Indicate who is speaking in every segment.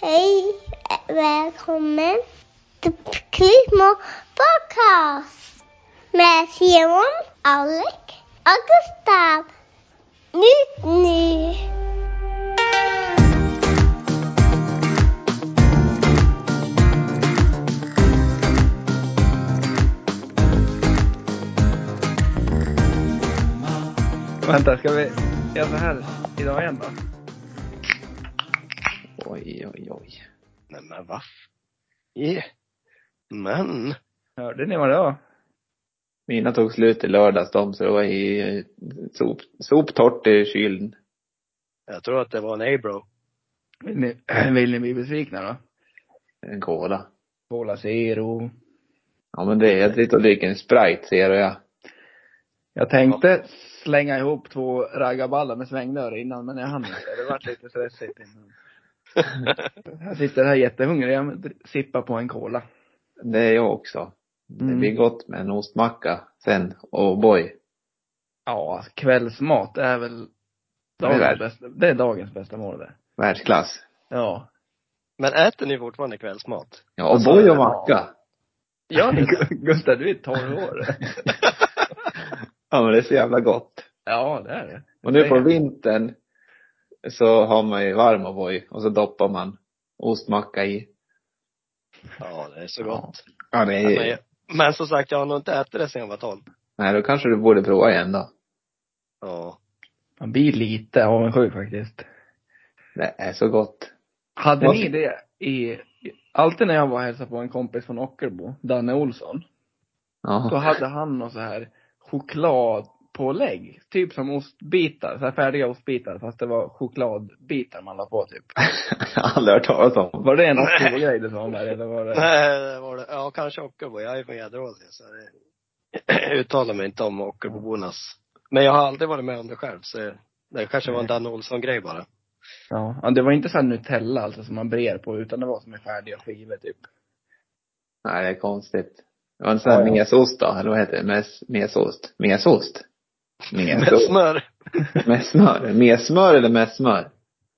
Speaker 1: Hej, välkommen till Kristmo Podcast med Simon, Alec och Gustav. Nytt nu!
Speaker 2: Vänta, ska vi göra så här idag igen då? Oj, oj, oj.
Speaker 3: Nej men va? Yeah. Men.
Speaker 2: Hörde ni vad det var?
Speaker 4: Mina tog slut i lördags de, så det var i eh, sop, soptorrt i kylen.
Speaker 3: Jag tror att det var en A-bro.
Speaker 2: Vill ni, vill ni bli besvikna då?
Speaker 4: En cola.
Speaker 2: Cola Zero.
Speaker 4: Ja men det, jag sitter och dricker en Sprite ser jag.
Speaker 2: Jag tänkte slänga ihop två raggarballar med svängdörr innan, men jag hann inte. Det vart lite stressigt innan. Jag sitter här jättehungrig, jag dr- sippar på en cola.
Speaker 4: Det är jag också. Det
Speaker 2: Mm.
Speaker 4: blir gott med en ostmacka sen. Oh boy.
Speaker 2: Ja, kvällsmat är väl
Speaker 4: Det är
Speaker 2: dagens
Speaker 4: väl.
Speaker 2: bästa, det är dagens bästa mål det.
Speaker 4: Världsklass.
Speaker 2: Ja.
Speaker 3: Men äter ni fortfarande kvällsmat?
Speaker 4: Ja, oh
Speaker 3: Alltså,
Speaker 4: boy och
Speaker 3: ja.
Speaker 4: macka.
Speaker 2: Gör ni det? Gustav, du är 12 år.
Speaker 4: Ja men det är så jävla gott.
Speaker 2: Ja, det är det.
Speaker 4: Och nu på
Speaker 2: Det-
Speaker 4: vintern så har man ju varm O'boy och så doppar man ostmacka i.
Speaker 3: Ja, det är så gott.
Speaker 4: Ja det är
Speaker 3: Men,
Speaker 4: ju,
Speaker 3: jag- men som sagt, jag har nog inte ätit det sen jag var 12.
Speaker 4: nej då kanske du borde prova igen då.
Speaker 3: Ja.
Speaker 2: Man blir lite avundsjuk faktiskt.
Speaker 4: Det är så gott.
Speaker 2: Hade
Speaker 4: Vad-
Speaker 2: ni det i, i- alltid när jag var och hälsade på en kompis från Ockelbo, Danne Olsson, så
Speaker 4: Ja.
Speaker 2: hade han något så här chokladpålägg, typ som ostbitar, så här färdiga ostbitar, fast det var chokladbitar man la på typ.
Speaker 4: Aldrig hört talas om.
Speaker 2: Var det en Ockelbo-grej du sa om där, eller var det?
Speaker 3: Nej, det var det. Ja, kanske Ockelbo. Jag är från Gädderås så det... jag uttalar mig inte om Ockelbobornas. Men jag har aldrig varit med om det själv, så det kanske var en Dan Olsson-grej bara.
Speaker 2: Ja, ja, det var inte så här Nutella alltså som man brer på, utan det var som en färdiga skivor typ.
Speaker 4: Nej, det är konstigt. Det var en sån här
Speaker 2: Ja, ja.
Speaker 4: mesost då, eller vad heter det? Mes, mesost? Mesost?
Speaker 3: Med
Speaker 4: Mesost?
Speaker 3: smör.
Speaker 4: Med smör? Med smör eller med smör?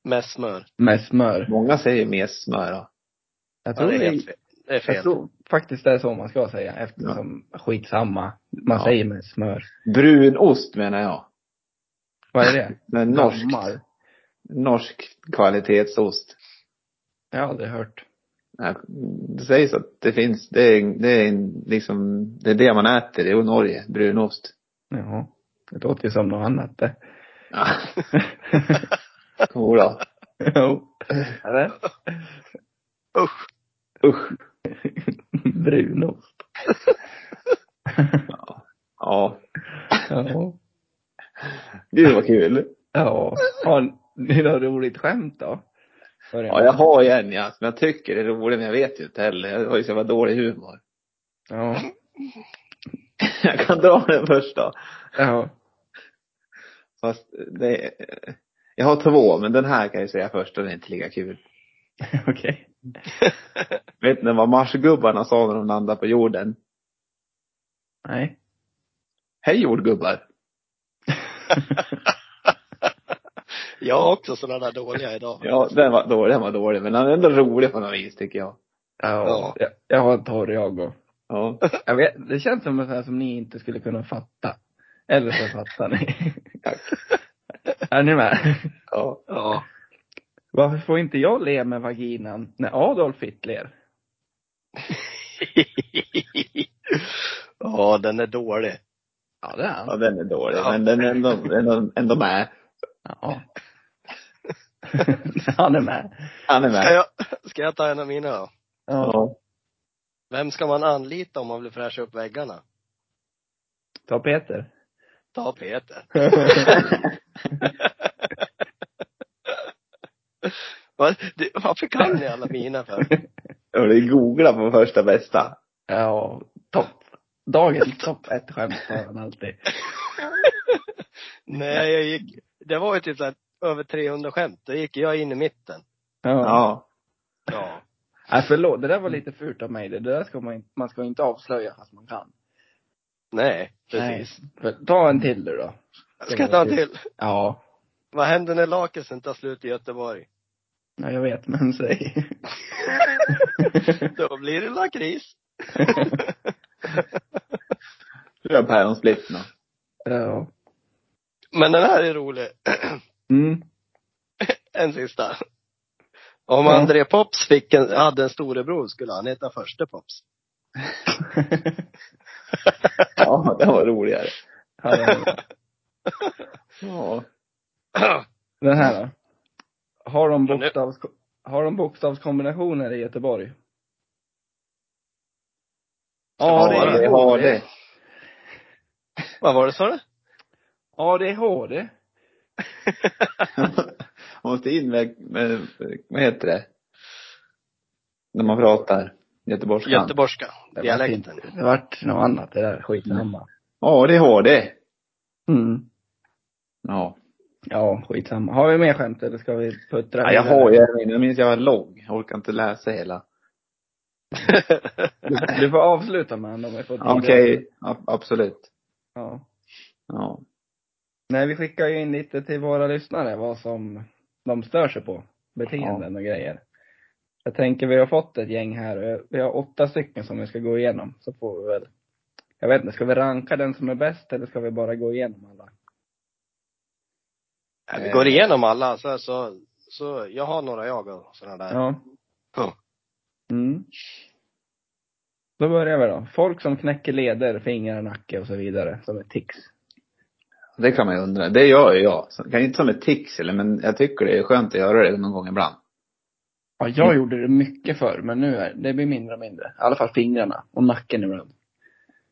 Speaker 3: Med smör.
Speaker 2: Med smör.
Speaker 4: Många säger med smör då.
Speaker 2: Jag
Speaker 3: Ja,
Speaker 2: tror
Speaker 3: det är
Speaker 2: det-
Speaker 3: helt fel. Det är
Speaker 2: jag
Speaker 3: fel.
Speaker 2: tror faktiskt det är så man ska säga eftersom, skitsamma. Man
Speaker 4: Ja.
Speaker 2: säger med smör.
Speaker 4: Brunost menar jag.
Speaker 2: Vad är det?
Speaker 4: Men norsk,
Speaker 2: Dammar.
Speaker 4: norsk kvalitetsost.
Speaker 2: Jag har aldrig hört.
Speaker 4: Nej, Det sägs att det finns, det är, det är en- liksom, det är det man äter i Norge, brunost.
Speaker 2: Ja. Det låter ju som något annat det.
Speaker 4: Ja. Jodå.
Speaker 2: Jo. Eller?
Speaker 3: Usch.
Speaker 4: Usch.
Speaker 2: Brunost.
Speaker 4: Ja.
Speaker 2: Ja.
Speaker 4: Gud vad kul.
Speaker 2: Ja. Har ni något roligt skämt då? För
Speaker 4: Ja, jag har ju en ja, som jag tycker är rolig, men jag vet ju inte heller. Jag har ju så jävla dålig humor.
Speaker 2: Ja.
Speaker 4: Jag kan dra den först då.
Speaker 2: Ja.
Speaker 4: Fast det är, Jag har två, men den här kan jag ju säga först och den är inte lika kul.
Speaker 2: Okej.
Speaker 4: Vet ni vad marsgubbarna sa när de landade på jorden?
Speaker 2: Nej.
Speaker 4: Hej jordgubbar!
Speaker 3: Jag har också sådana där dåliga idag.
Speaker 4: Ja, den var dålig, den var dålig, men den är ändå rolig på något vis tycker jag.
Speaker 2: Ja.
Speaker 3: Ja.
Speaker 2: Jag, jag har en torr jag och.
Speaker 4: Ja.
Speaker 2: Jag vet, det känns som en sån här som ni inte skulle kunna fatta. Eller så fattar ni.
Speaker 4: Tack.
Speaker 2: Är ni med?
Speaker 4: ja.
Speaker 3: Ja.
Speaker 2: Varför får inte jag le med vaginan när Adolf Hitler?
Speaker 3: Ja, den är dålig.
Speaker 2: Ja, det är han.
Speaker 4: ja, den är dålig, men den är ändå, ändå, ändå med.
Speaker 2: Ja. han är med.
Speaker 4: Han är
Speaker 3: Ska
Speaker 4: med.
Speaker 3: jag, ska jag ta en av mina då?
Speaker 2: Ja.
Speaker 4: Ja.
Speaker 3: Vem ska man anlita om man vill fräscha upp väggarna?
Speaker 2: Ta Peter.
Speaker 3: Ta Peter. Va? Du, varför kan ni alla mina för?
Speaker 4: Ja, du googlar på första bästa.
Speaker 2: Ja, topp. Dagens topp ett skämt har han alltid.
Speaker 3: Nej, jag gick, det var ju typ så här, över 300 skämt. Då gick jag in i mitten.
Speaker 2: Ja.
Speaker 4: Ja.
Speaker 3: Ja.
Speaker 2: Nej, förlåt. Det där var lite fult av mig. Det där ska man, inte- man ska inte avslöja fast man kan.
Speaker 3: Nej, precis.
Speaker 2: För, ta en till du då.
Speaker 3: Ska jag ta en till?
Speaker 2: Ja.
Speaker 3: Vad händer när lakritsen tar slut i Göteborg?
Speaker 2: Ja, jag vet, men säg.
Speaker 3: Då blir det lakrits.
Speaker 4: Röd päronsplitt nå.
Speaker 2: ja.
Speaker 3: Men den här är rolig.
Speaker 2: Mm.
Speaker 3: En sista. Om
Speaker 2: Ja.
Speaker 3: André Pops fick en, hade en storebror skulle han heta förste Pops.
Speaker 4: Ja, det var roligare.
Speaker 2: ja, det var-
Speaker 4: Ja.
Speaker 2: Den här då. Har de, bokstavs, har de bokstavskombinationer i Göteborg?
Speaker 3: vara det.
Speaker 4: Vi har det.
Speaker 3: Vad var det sa du?
Speaker 2: ADHD.
Speaker 4: Man måste in med, med, vad heter det? När man pratar göteborgska.
Speaker 3: Göteborgska.
Speaker 2: Det
Speaker 3: Dialekten.
Speaker 2: vart- Det vart något annat det där skitsamma.
Speaker 4: Ja, det har det.
Speaker 2: Mm.
Speaker 4: Ja.
Speaker 2: Ja, skitsamma. Har vi mer skämt eller ska vi puttra
Speaker 4: ja jag
Speaker 2: vidare?
Speaker 4: har ju en, jag minns jag var lång. Jag orkar inte läsa hela.
Speaker 2: Du- Du får avsluta med den om vi får tid.
Speaker 4: Okej, a- absolut.
Speaker 2: Ja.
Speaker 4: Ja.
Speaker 2: Nej, vi skickar ju in lite till våra lyssnare vad som de stör sig på. Beteenden och grejer. Jag tänker vi har fått ett gäng här. eh, Vi har åtta stycken som vi ska gå igenom. Så får vi väl, jag vet inte, ska vi ranka den som är bäst eller ska vi bara gå igenom alla?
Speaker 3: Ja, vi går igenom alla så, så, så jag har några jag och sådana där.
Speaker 2: Ja.
Speaker 3: Ja.
Speaker 2: Mm. Då börjar vi då. Folk som knäcker leder, fingrar, nacke och så vidare, som är tics.
Speaker 4: Det kan man ju undra. Det gör ju jag. Så- Kanske inte som ett tics eller, men jag tycker det är skönt att göra det någon gång ibland.
Speaker 2: Ja, jag gjorde det mycket förr, men nu är det blir mindre och mindre. I alla fall fingrarna och nacken ibland.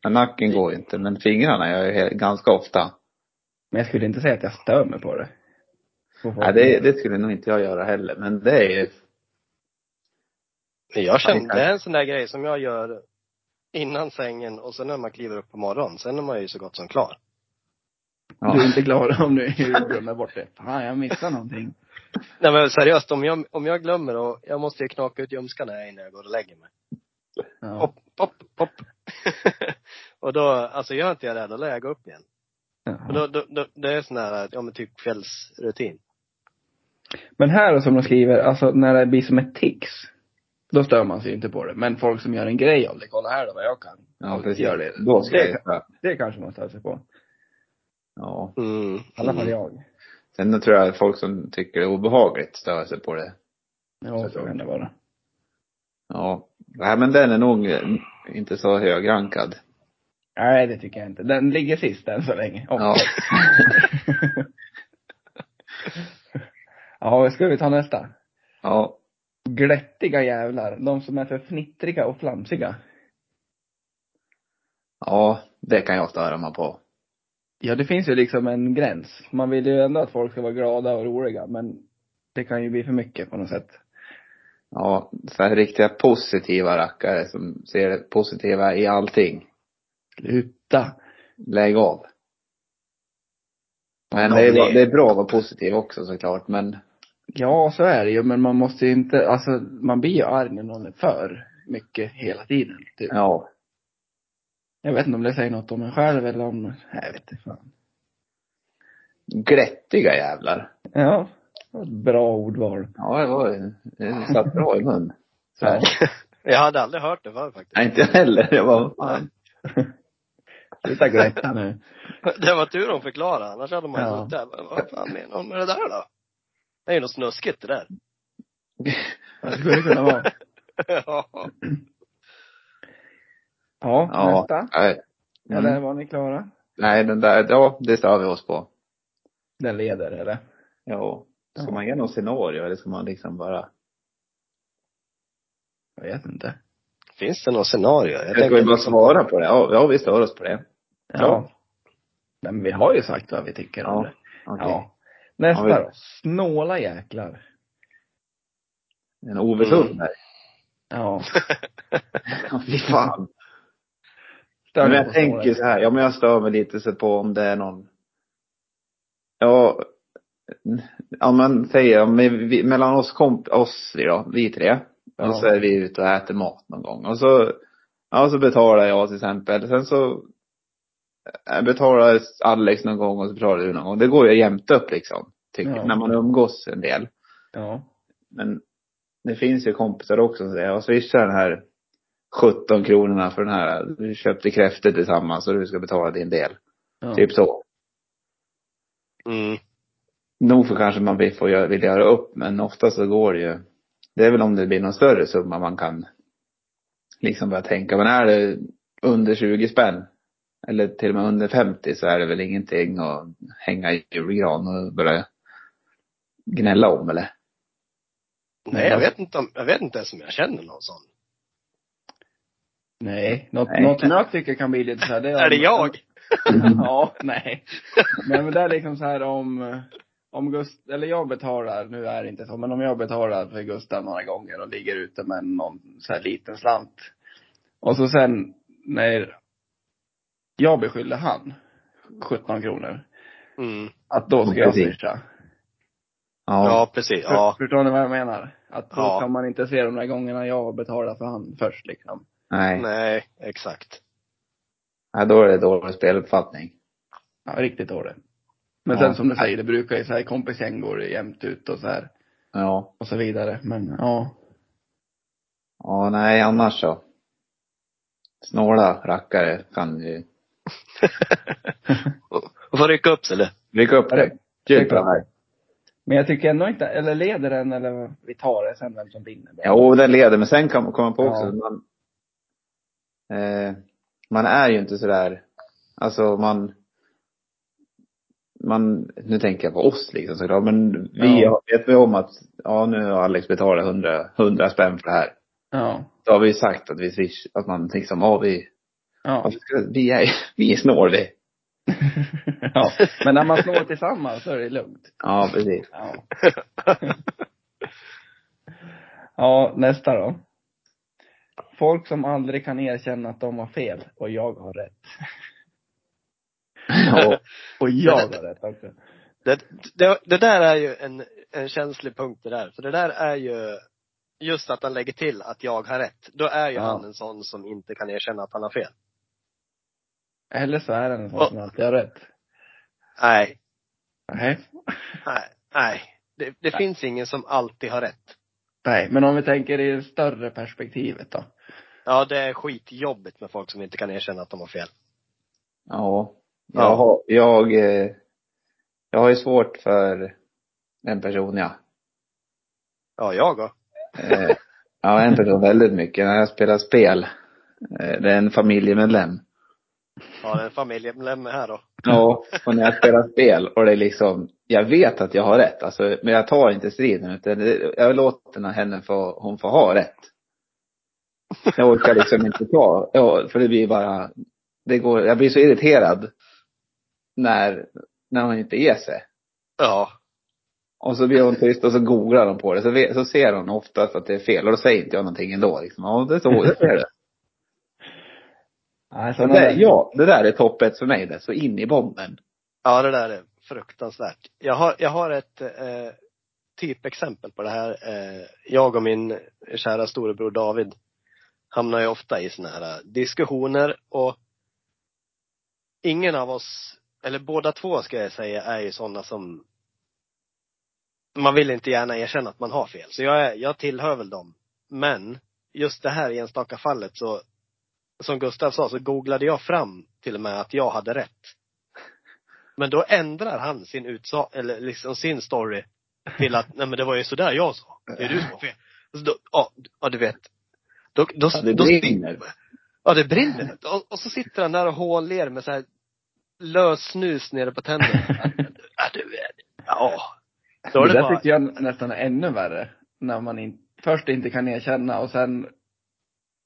Speaker 4: Men nacken går ju inte, men fingrarna gör jag ju he- ganska ofta.
Speaker 2: Men jag skulle inte säga att jag stör mig på det. På folk.
Speaker 4: Nej, det, det skulle nog inte jag göra heller, men det är ju,
Speaker 3: Men jag känner, det är en sån där grej som jag gör innan sängen och sen när man kliver upp på morgonen. Sen är man ju så gott som klar.
Speaker 4: ja.
Speaker 2: Du är inte glad om du glömmer bort det. Fan, jag missar någonting.
Speaker 3: Nej men seriöst, om jag, om jag glömmer och jag måste ju knaka ut ljumskarna här innan jag går och lägger mig.
Speaker 2: Ja.
Speaker 3: Pop, pop, pop. och då, alltså gör inte jag det, då lär jag gå upp igen.
Speaker 2: Ja.
Speaker 3: Och då, då, då, det är sån här, ja men typ kvällsrutin.
Speaker 2: Men här då, som de skriver, alltså när det blir som ett tics. Då stör man sig ju inte på det. Men folk som gör en grej av det, kolla här då vad jag kan.
Speaker 4: ja precis.
Speaker 2: Gör det.
Speaker 4: Då ska jag
Speaker 2: det,
Speaker 4: göra.
Speaker 2: det kanske man stör sig på.
Speaker 4: Ja.
Speaker 3: Mm.
Speaker 2: I alla fall jag.
Speaker 4: Sen tror jag folk som tycker det är obehagligt stör sig på det.
Speaker 2: Ja, så kan det vara.
Speaker 4: Ja. Nej, men den är nog eh, inte så högrankad.
Speaker 2: Nej, det tycker jag inte. Den ligger sist än så länge. Oh.
Speaker 4: Ja.
Speaker 2: ja, ska vi ta nästa?
Speaker 4: Ja.
Speaker 2: Glättiga jävlar. De som är för fnittriga och flamsiga.
Speaker 4: Ja, det kan jag störa mig på.
Speaker 2: Ja, det finns ju liksom en gräns. Man vill ju ändå att folk ska vara glada och roliga, men det kan ju bli för mycket på något sätt.
Speaker 4: Ja, så här riktiga positiva rackare som ser det positiva i allting.
Speaker 2: Sluta!
Speaker 4: Lägg av. Men det är, bra- det är bra att vara positiv också såklart, men
Speaker 2: Ja, så är det ju, men man måste ju inte, alltså man blir ju arg när någon är för mycket hela tiden. Typ.
Speaker 4: ja.
Speaker 2: Jag vet inte om det säger något om en själv eller om, nej, jag vet inte fan.
Speaker 4: Glättiga jävlar.
Speaker 2: Ja, det var ett bra ordval.
Speaker 4: Ja, det var, det satt bra i mun. Så.
Speaker 2: Ja.
Speaker 3: Jag hade aldrig hört det förr faktiskt.
Speaker 4: Nej, inte jag heller. Jag bara, fan.
Speaker 2: Sluta glätta nu.
Speaker 3: Det var tur hon förklarade, annars hade man ju
Speaker 2: Ja.
Speaker 3: suttit där. Vad- Vad fan menar hon med det där då? Det är ju något snuskigt det där.
Speaker 2: Det skulle kunna vara.
Speaker 3: ja.
Speaker 2: Ja,
Speaker 4: Ja.
Speaker 2: nästa.
Speaker 4: Nej.
Speaker 2: Eller
Speaker 4: Mm.
Speaker 2: var ni klara?
Speaker 4: Nej, den där, ja, det stör vi oss på.
Speaker 2: Den leder, eller?
Speaker 4: Ja. Ska
Speaker 2: Ja.
Speaker 4: man ge något scenario eller ska man liksom bara?
Speaker 2: Jag vet inte.
Speaker 3: Finns det något scenario? Jag
Speaker 4: Jag ska
Speaker 3: tänker
Speaker 4: vi bara
Speaker 3: liksom-
Speaker 4: svara på det? Ja, ja vi stör oss på det.
Speaker 2: Ja.
Speaker 4: Ja.
Speaker 2: Nej, Men vi har ju sagt vad vi tycker om
Speaker 4: Ja,
Speaker 2: det.
Speaker 4: Okej.
Speaker 2: Ja. Nästa
Speaker 4: Ja, vi-
Speaker 2: då. Snåla jäklar.
Speaker 4: En oversund här.
Speaker 2: Ja.
Speaker 4: Mm. Ja, fy fan.
Speaker 2: Stör
Speaker 4: men
Speaker 2: dig
Speaker 4: jag
Speaker 2: på
Speaker 4: tänker
Speaker 2: snåla.
Speaker 4: så här, ja men jag stör mig lite så på om det är någon. Ja. Om man säger, om vi, vi, mellan oss komp, oss vi då, vi tre.
Speaker 2: Ja.
Speaker 4: Och så är vi ute och äter mat någon gång. Och så, ja så betalar jag till exempel. Sen så eh, betalar Alex någon gång och så betalar du någon gång. Det går ju jämnt upp liksom. Tycker,
Speaker 2: Ja.
Speaker 4: När man umgås en del.
Speaker 2: Ja.
Speaker 4: Men det finns ju kompisar också som säger, jag swishar den här 17 kronorna för den här, vi köpte kräftor tillsammans och du ska betala din del.
Speaker 2: Ja.
Speaker 4: Typ så.
Speaker 3: Mm.
Speaker 4: Nog för kanske man vill- får göra, vill göra upp, men ofta så går det ju. Det är väl om det blir någon större summa man kan liksom börja tänka. Men är det under 20 spänn eller till och med under 50 så är det väl ingenting att hänga i julgran och börja gnälla om eller?
Speaker 3: Nej, jag vet inte om, jag vet inte ens om jag känner någon sån.
Speaker 2: Nej. Något,
Speaker 4: Nej.
Speaker 2: något som jag tycker kan bli lite så här, det
Speaker 3: Är det jag?
Speaker 2: Ja, nej. Nej men det är liksom så här om, eh, om Gust, eller jag betalar, nu är det inte så, men om jag betalar för Gustav några gånger och ligger ute med någon så här liten slant. Och så sen när jag beskyller han, 17 kronor,
Speaker 3: Mm.
Speaker 2: att då ska jag
Speaker 4: Precis.
Speaker 2: swisha.
Speaker 4: Ja.
Speaker 3: Ja, precis. Ja.
Speaker 2: För- Förstår ni vad jag menar? Att då
Speaker 3: Ja.
Speaker 2: kan man inte se de där gångerna jag betalar för han först liksom.
Speaker 4: Nej.
Speaker 3: Nej, exakt.
Speaker 4: Nej, då är det dålig speluppfattning.
Speaker 2: Ja, riktigt dåligt. Men
Speaker 4: Ja.
Speaker 2: sen som du säger, det brukar ju så här kompisgäng går det jämnt ut och så här
Speaker 4: Ja.
Speaker 2: och så vidare. Men ja.
Speaker 4: Ja, nej annars så. Snåla rackare kan ju
Speaker 3: Och får rycka upp sig eller?
Speaker 4: rycka upp
Speaker 2: Ja, det-
Speaker 4: det. Bjud på det här.
Speaker 2: Men jag tycker ändå inte, eller leder den eller vad- vi tar det sen vem som vinner.
Speaker 4: Ja, och den leder. Men sen kan man komma på också
Speaker 2: Ja.
Speaker 4: att man, eh, man är ju inte sådär, alltså man, man, nu tänker jag på oss liksom såklart, men vi
Speaker 2: Ja.
Speaker 4: har- vet vi om att, ja nu har Alex betalat 100, 100 spänn för det här.
Speaker 2: Ja.
Speaker 4: Då har vi ju sagt att vi swish, att man liksom, ja vi, ja,
Speaker 2: Ja.
Speaker 3: Alltså.
Speaker 4: vi, ska, vi är, vi är snål vi.
Speaker 2: ja. Men när man slår tillsammans så är det lugnt.
Speaker 4: Ja, precis.
Speaker 2: Ja. ja, nästa då. Folk som aldrig kan erkänna att de har fel och jag har rätt.
Speaker 4: Ja,
Speaker 2: Och jag har rätt också.
Speaker 3: Det, det, det där är ju en, en känslig punkt det där. För det där är ju, just att han lägger till att jag har rätt. Då är ju
Speaker 2: Ja.
Speaker 3: han en sån som inte kan erkänna att han har fel.
Speaker 2: Eller så är den en sån som alltid har rätt.
Speaker 3: Nej,
Speaker 2: Nej.
Speaker 3: nej, nej. Det, det
Speaker 2: Nej.
Speaker 3: finns ingen som alltid har rätt.
Speaker 2: Nej, men om vi tänker i det större perspektivet då.
Speaker 3: Ja, det är skitjobbigt med folk som inte kan erkänna att de har fel.
Speaker 4: ja.
Speaker 3: Ja.
Speaker 4: Jag, har, jag, eh, jag har ju svårt för en person ja.
Speaker 3: Ja, jag då.
Speaker 4: Eh, Ja, en person väldigt mycket. När jag spelar spel, eh, det är en familjemedlem.
Speaker 3: Ja, det är en familjemedlem här då.
Speaker 4: Ja, och när jag spelar spel och det är liksom, jag vet att jag har rätt, alltså, men jag tar inte striden utan det, jag låter henne få, hon får ha rätt. Jag orkar liksom inte ta, ja, för det blir bara, det går, jag blir så irriterad när, när hon inte ger sig.
Speaker 3: Ja.
Speaker 4: Och så blir hon tyst och så googlar hon på det. Så, ve- så ser hon oftast att det är fel och då säger inte jag någonting ändå. Liksom. Ja, det, så, det ser du.
Speaker 2: Nej,
Speaker 4: Så
Speaker 2: sådana
Speaker 4: det,
Speaker 2: där-
Speaker 4: ja, det där är toppet för mig. Det är så in i bomben.
Speaker 3: Ja, det där är fruktansvärt. Jag har, jag har ett eh, typexempel på det här. Eh, jag och min kära storebror David hamnar ju ofta i såna här diskussioner och ingen av oss, eller båda två ska jag säga, är ju sådana som man vill inte gärna erkänna att man har fel. Så jag, är, jag tillhör väl dem. Men just det här enstaka fallet så, som Gustav sa, så googlade jag fram till och med att jag hade rätt. Men då ändrar han sin utsa, eller liksom sin story till att, nej men det var ju sådär jag sa. Det är du som har fel. Så då, ja, ja, du vet. Då, då,
Speaker 4: Ja, det
Speaker 3: då,
Speaker 4: brinner.
Speaker 3: Ja, det brinner. Och, och så sitter han där och håller med så här lös snus nere på tänderna. ja, du vet. Ja. Då är
Speaker 2: det
Speaker 3: det
Speaker 2: där
Speaker 3: bara,
Speaker 2: tycker jag nästan är ännu värre. När man in, först inte kan erkänna och sen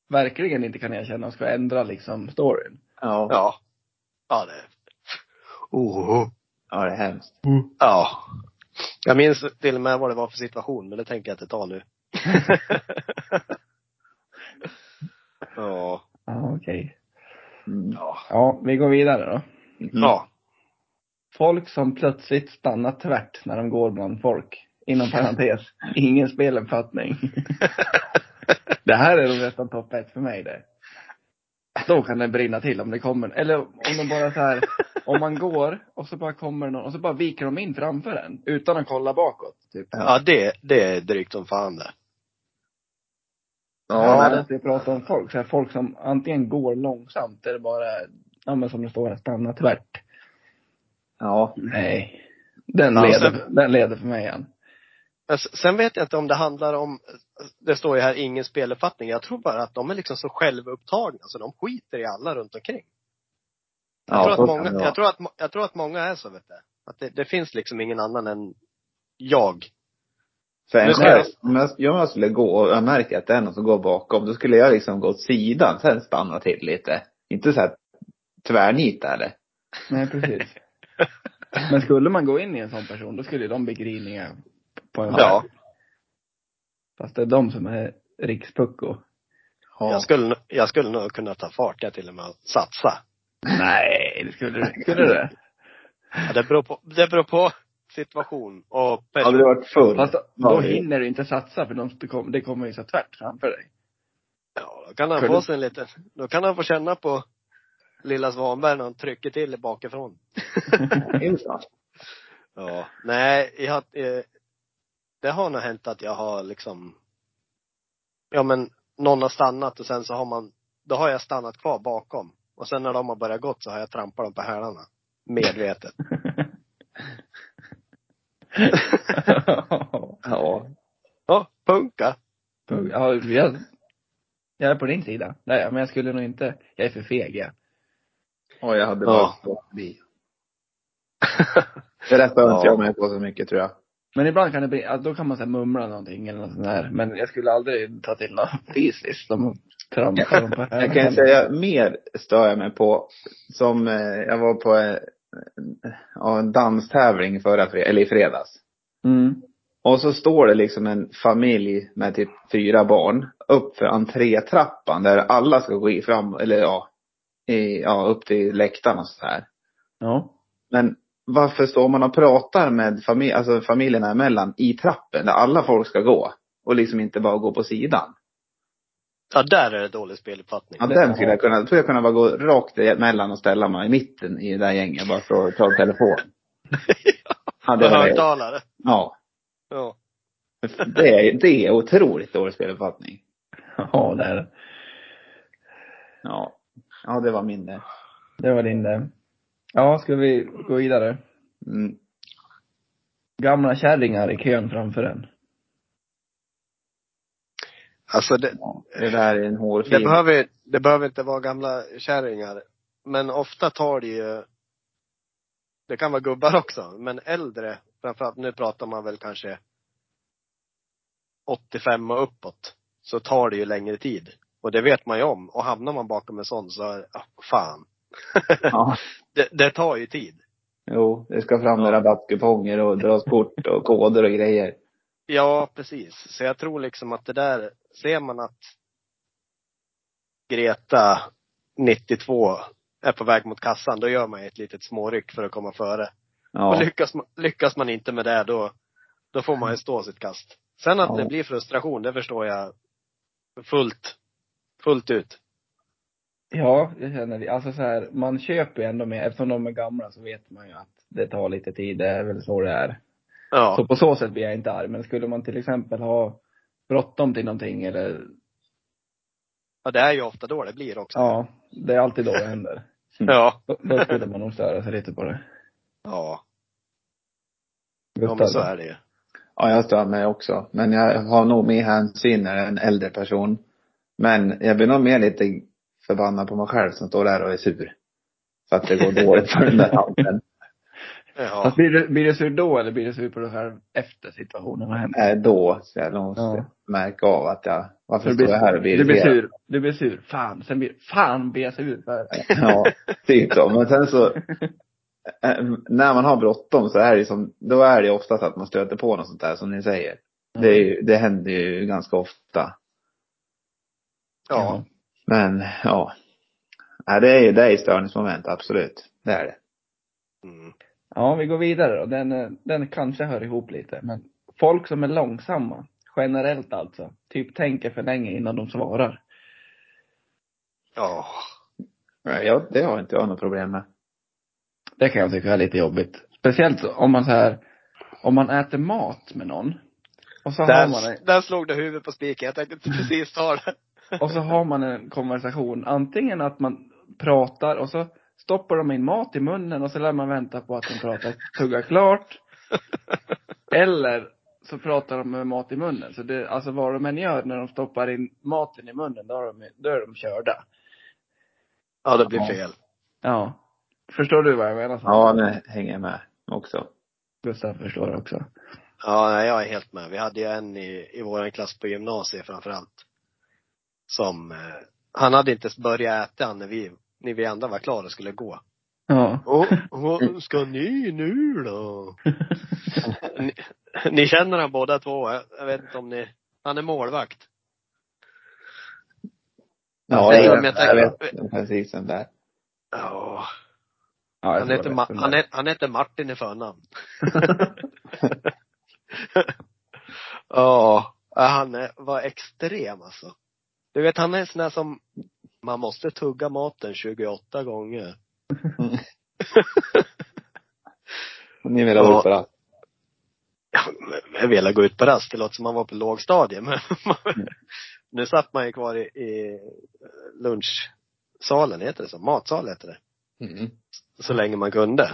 Speaker 2: verkligen inte kan erkänna och ska ändra liksom storyn.
Speaker 4: Ja.
Speaker 3: ja. Ja, det. Oh.
Speaker 4: ja, det är hemskt.
Speaker 3: Ja. Jag minns till och med vad det var för situation, men det tänker jag inte ta nu. ja.
Speaker 2: Ja, okej.
Speaker 4: Mm.
Speaker 3: Ja.
Speaker 2: Ja, vi går vidare då.
Speaker 3: Ja.
Speaker 2: Folk som plötsligt stannar tvärt när de går bland folk. Inom parentes, ingen speluppfattning. det här är nog nästan topp ett för mig det. Då kan det brinna till om det kommer, eller om de bara så här, Om man går och så bara kommer någon och så bara viker de in framför en utan att kolla bakåt. Typ.
Speaker 3: Ja, det, det är drygt som fan det.
Speaker 2: Ja,
Speaker 4: Ja,
Speaker 2: jag
Speaker 4: men,
Speaker 2: läste ju prata om folk, så här, folk som antingen går långsamt eller bara, ja men som det står här, stanna tvärt.
Speaker 4: ja.
Speaker 2: Nej. Den,
Speaker 3: Ja,
Speaker 2: leder,
Speaker 3: sen-
Speaker 2: den leder för mig igen.
Speaker 3: Men s- Alltså, Sen vet jag inte om det handlar om, det står ju här ingen speluppfattning. Jag tror bara att de är liksom så självupptagna så de skiter i alla runt omkring. Jag,
Speaker 4: Ja,
Speaker 3: tror,
Speaker 4: så
Speaker 3: att
Speaker 4: kan det
Speaker 3: många,
Speaker 4: vara.
Speaker 3: jag, tror att, må- jag tror att många är så vet du. Att det, det finns liksom ingen annan än jag.
Speaker 4: För en
Speaker 3: Men ska
Speaker 4: själv,
Speaker 3: jag-
Speaker 4: om jag, om jag skulle gå och jag märker att det är någon som går bakom, då skulle jag liksom gå åt sidan, sen stanna till lite. Inte så här tvärnita eller?
Speaker 2: Nej, precis. men skulle man gå in i en sån person, då skulle ju de bli griniga på en
Speaker 4: Ja.
Speaker 2: Fast det är de som är rikspucko.
Speaker 3: Jag, skulle, jag skulle nog kunna ta fart jag till och med och satsa.
Speaker 2: Nej, det skulle du. Skulle du det?
Speaker 3: Ja, det, beror på, det beror på situation och
Speaker 4: Hade
Speaker 3: person.
Speaker 4: du varit full?
Speaker 2: Fast
Speaker 4: Ja,
Speaker 2: då
Speaker 4: det-
Speaker 2: hinner du inte satsa för de, det kommer- det kommer ju så tvärt framför dig.
Speaker 3: Ja, då kan han
Speaker 2: Kunde-
Speaker 3: få sig en liten, då kan han få känna på lilla Svanberg när han trycker till bakifrån.
Speaker 4: Intressant.
Speaker 3: Ja, nej, jag, har- eh, det har nog hänt att jag har liksom, ja men någon har stannat och sen så har man, då har jag stannat kvar bakom. Och sen när de har börjat gått så har jag trampat dem på hälarna. Medvetet.
Speaker 4: Ja.
Speaker 3: Ja, punka.
Speaker 2: Ja, jag, jag är på din sida. Nej, men jag skulle nog inte, jag är för feg jag.
Speaker 4: Och jag hade
Speaker 3: Ja.
Speaker 4: bara gått förbi. Det där stör inte
Speaker 3: Ja.
Speaker 4: jag mig på så mycket tror jag.
Speaker 2: Men ibland kan det bli, alltså, då kan man så här, mumla någonting eller något sånt där. Men jag skulle aldrig ta till något fysiskt. De trampar dem på
Speaker 4: Jag kan ju säga mer stör jag mig på. Som eh, jag var på eh, ja, en danstävling förra fre- eller i fredags.
Speaker 2: Mm.
Speaker 4: Och så står det liksom en familj med typ fyra barn upp för entrétrappan där alla ska gå i fram, eller ja, i, ja upp till läktaren och så här.
Speaker 2: Ja.
Speaker 4: Men varför står man och pratar med familj, alltså familjerna emellan i trappen där alla folk ska gå? Och liksom inte bara gå på sidan.
Speaker 3: Ja, där är det dålig speluppfattning.
Speaker 4: Ja, den skulle jag kunna, tror jag kunna bara gå rakt emellan och ställa mig i mitten i det där gänget bara för att ta en telefon. Ja, det
Speaker 3: Med
Speaker 4: var det.
Speaker 3: högtalare.
Speaker 4: Ja.
Speaker 3: Ja.
Speaker 4: Det är, det är otroligt dålig speluppfattning.
Speaker 2: Ja, där.
Speaker 4: Ja. Ja, det var min eh, det.
Speaker 2: Det var din det. Ja, ska vi gå vidare?
Speaker 4: Mm.
Speaker 2: Gamla kärringar i kön framför en.
Speaker 3: Alltså det,
Speaker 4: Ja, det där är en hårfin.
Speaker 3: Det behöver, det behöver inte vara gamla kärringar. Men ofta tar det ju, det kan vara gubbar också, men äldre, framförallt nu pratar man väl kanske 85 och uppåt, så tar det ju längre tid. Och det vet man ju om. Och hamnar man bakom en sån så, är- ah, fan.
Speaker 4: Ja.
Speaker 3: Det, det tar ju tid.
Speaker 4: Jo, det ska fram med rabattkuponger och dras kort och koder och grejer.
Speaker 3: Ja, precis. Så jag tror liksom att det där, ser man att Greta, 92, är på väg mot kassan, då gör man ju ett litet småryck för att komma före. Och
Speaker 4: Ja.
Speaker 3: lyckas, man- lyckas man inte med det, då, då får man ju stå sitt kast. Sen att
Speaker 4: Ja.
Speaker 3: det blir frustration, det förstår jag fullt, fullt ut.
Speaker 2: Ja, det känner vi. Alltså så här, man köper ju ändå mer. Eftersom de är gamla så vet man ju att det tar lite tid. Det är väl så det är.
Speaker 3: Ja.
Speaker 2: Så på så sätt blir jag inte arg. Men skulle man till exempel ha bråttom till någonting eller,
Speaker 3: ja, det är ju ofta då det blir också.
Speaker 2: ja, det är alltid då det händer.
Speaker 3: Ja.
Speaker 2: Då, då skulle man nog störa sig lite på det.
Speaker 3: Ja, ja
Speaker 2: Gustav,
Speaker 3: men så är det ju.
Speaker 4: ja, jag stör mig också. Men jag har nog mer hänsyn när jag är en äldre person. Men jag blir nog mer lite förbannad på mig själv som står där och är sur. För att det går dåligt för den där handen.
Speaker 3: Ja.
Speaker 2: Fast blir, du, blir du sur då eller blir du sur på dig själv efter situationen har hänt?
Speaker 4: Äh, då ska jag nog
Speaker 2: Ja.
Speaker 4: märka av att jag, varför
Speaker 2: Du
Speaker 4: står
Speaker 2: blir,
Speaker 4: jag här och blir
Speaker 2: du blir
Speaker 4: irriterad?
Speaker 2: sur. Du blir sur. Fan, sen blir, fan blir jag sur för.
Speaker 4: Ja, typ så. Men sen så, eh, när man har bråttom så är det ju som, då är det ju oftast att man stöter på något sånt där som ni säger.
Speaker 2: Mm.
Speaker 4: Det, är ju, det händer ju ganska ofta.
Speaker 3: ja.
Speaker 4: Men ja. Nej, det är ju det är ju störningsmoment, absolut. Det är det.
Speaker 3: Mm.
Speaker 2: Ja, vi går vidare då. Den, eh, den kanske hör ihop lite. Men folk som är långsamma, generellt alltså, typ tänker för länge innan de svarar.
Speaker 3: ja.
Speaker 4: Nej, Jag, det har inte jag något problem med.
Speaker 2: Det kan jag tycka är lite jobbigt. Speciellt om man så här, om man äter mat med någon. Och så, har man,
Speaker 3: Där,
Speaker 2: en-
Speaker 3: där slog du huvudet på spiken. Jag tänkte precis ta det.
Speaker 2: och så har man en konversation. Antingen att man pratar och så stoppar de in mat i munnen och så lär man vänta på att de pratar tugga klart. Eller så pratar de med mat i munnen. Så det, alltså vad de än gör när de stoppar in maten i munnen, då, har de, då är de körda.
Speaker 3: Ja, det blir
Speaker 4: Ja.
Speaker 3: fel.
Speaker 2: Ja. Förstår du vad jag menar?
Speaker 4: Ja, nu hänger jag med också.
Speaker 2: Gustav förstår också.
Speaker 3: Ja, nej, jag är helt med. Vi hade ju en i, i vår klass på gymnasiet framförallt. Som, eh, han hade inte ens börjat äta när vi, när vi andra var klara och skulle gå.
Speaker 2: Ja.
Speaker 3: Och, vad ska ni nu då? ni, ni känner han båda två. Jag, jag vet inte om ni, han är målvakt.
Speaker 4: Ja,
Speaker 3: Nej,
Speaker 4: jag,
Speaker 3: men
Speaker 4: vet,
Speaker 3: jag
Speaker 4: jag vet precis den där.
Speaker 3: Ja.
Speaker 2: ja jag
Speaker 3: Han
Speaker 2: tror
Speaker 3: heter,
Speaker 2: det.
Speaker 3: Ma- han, he- han heter Martin i förnamn. Ja, han är- var extrem alltså. Du vet, han är en sån där som, man måste tugga maten 28 gånger.
Speaker 4: Ni vill ha
Speaker 3: Ja.
Speaker 4: upp det.
Speaker 3: Ja, men Jag ville gå ut på rast, det låter som man var på lågstadiet. Men nu satt man ju kvar i, i lunchsalen, heter det så? Matsal heter det.
Speaker 4: Mm.
Speaker 3: Så länge man kunde.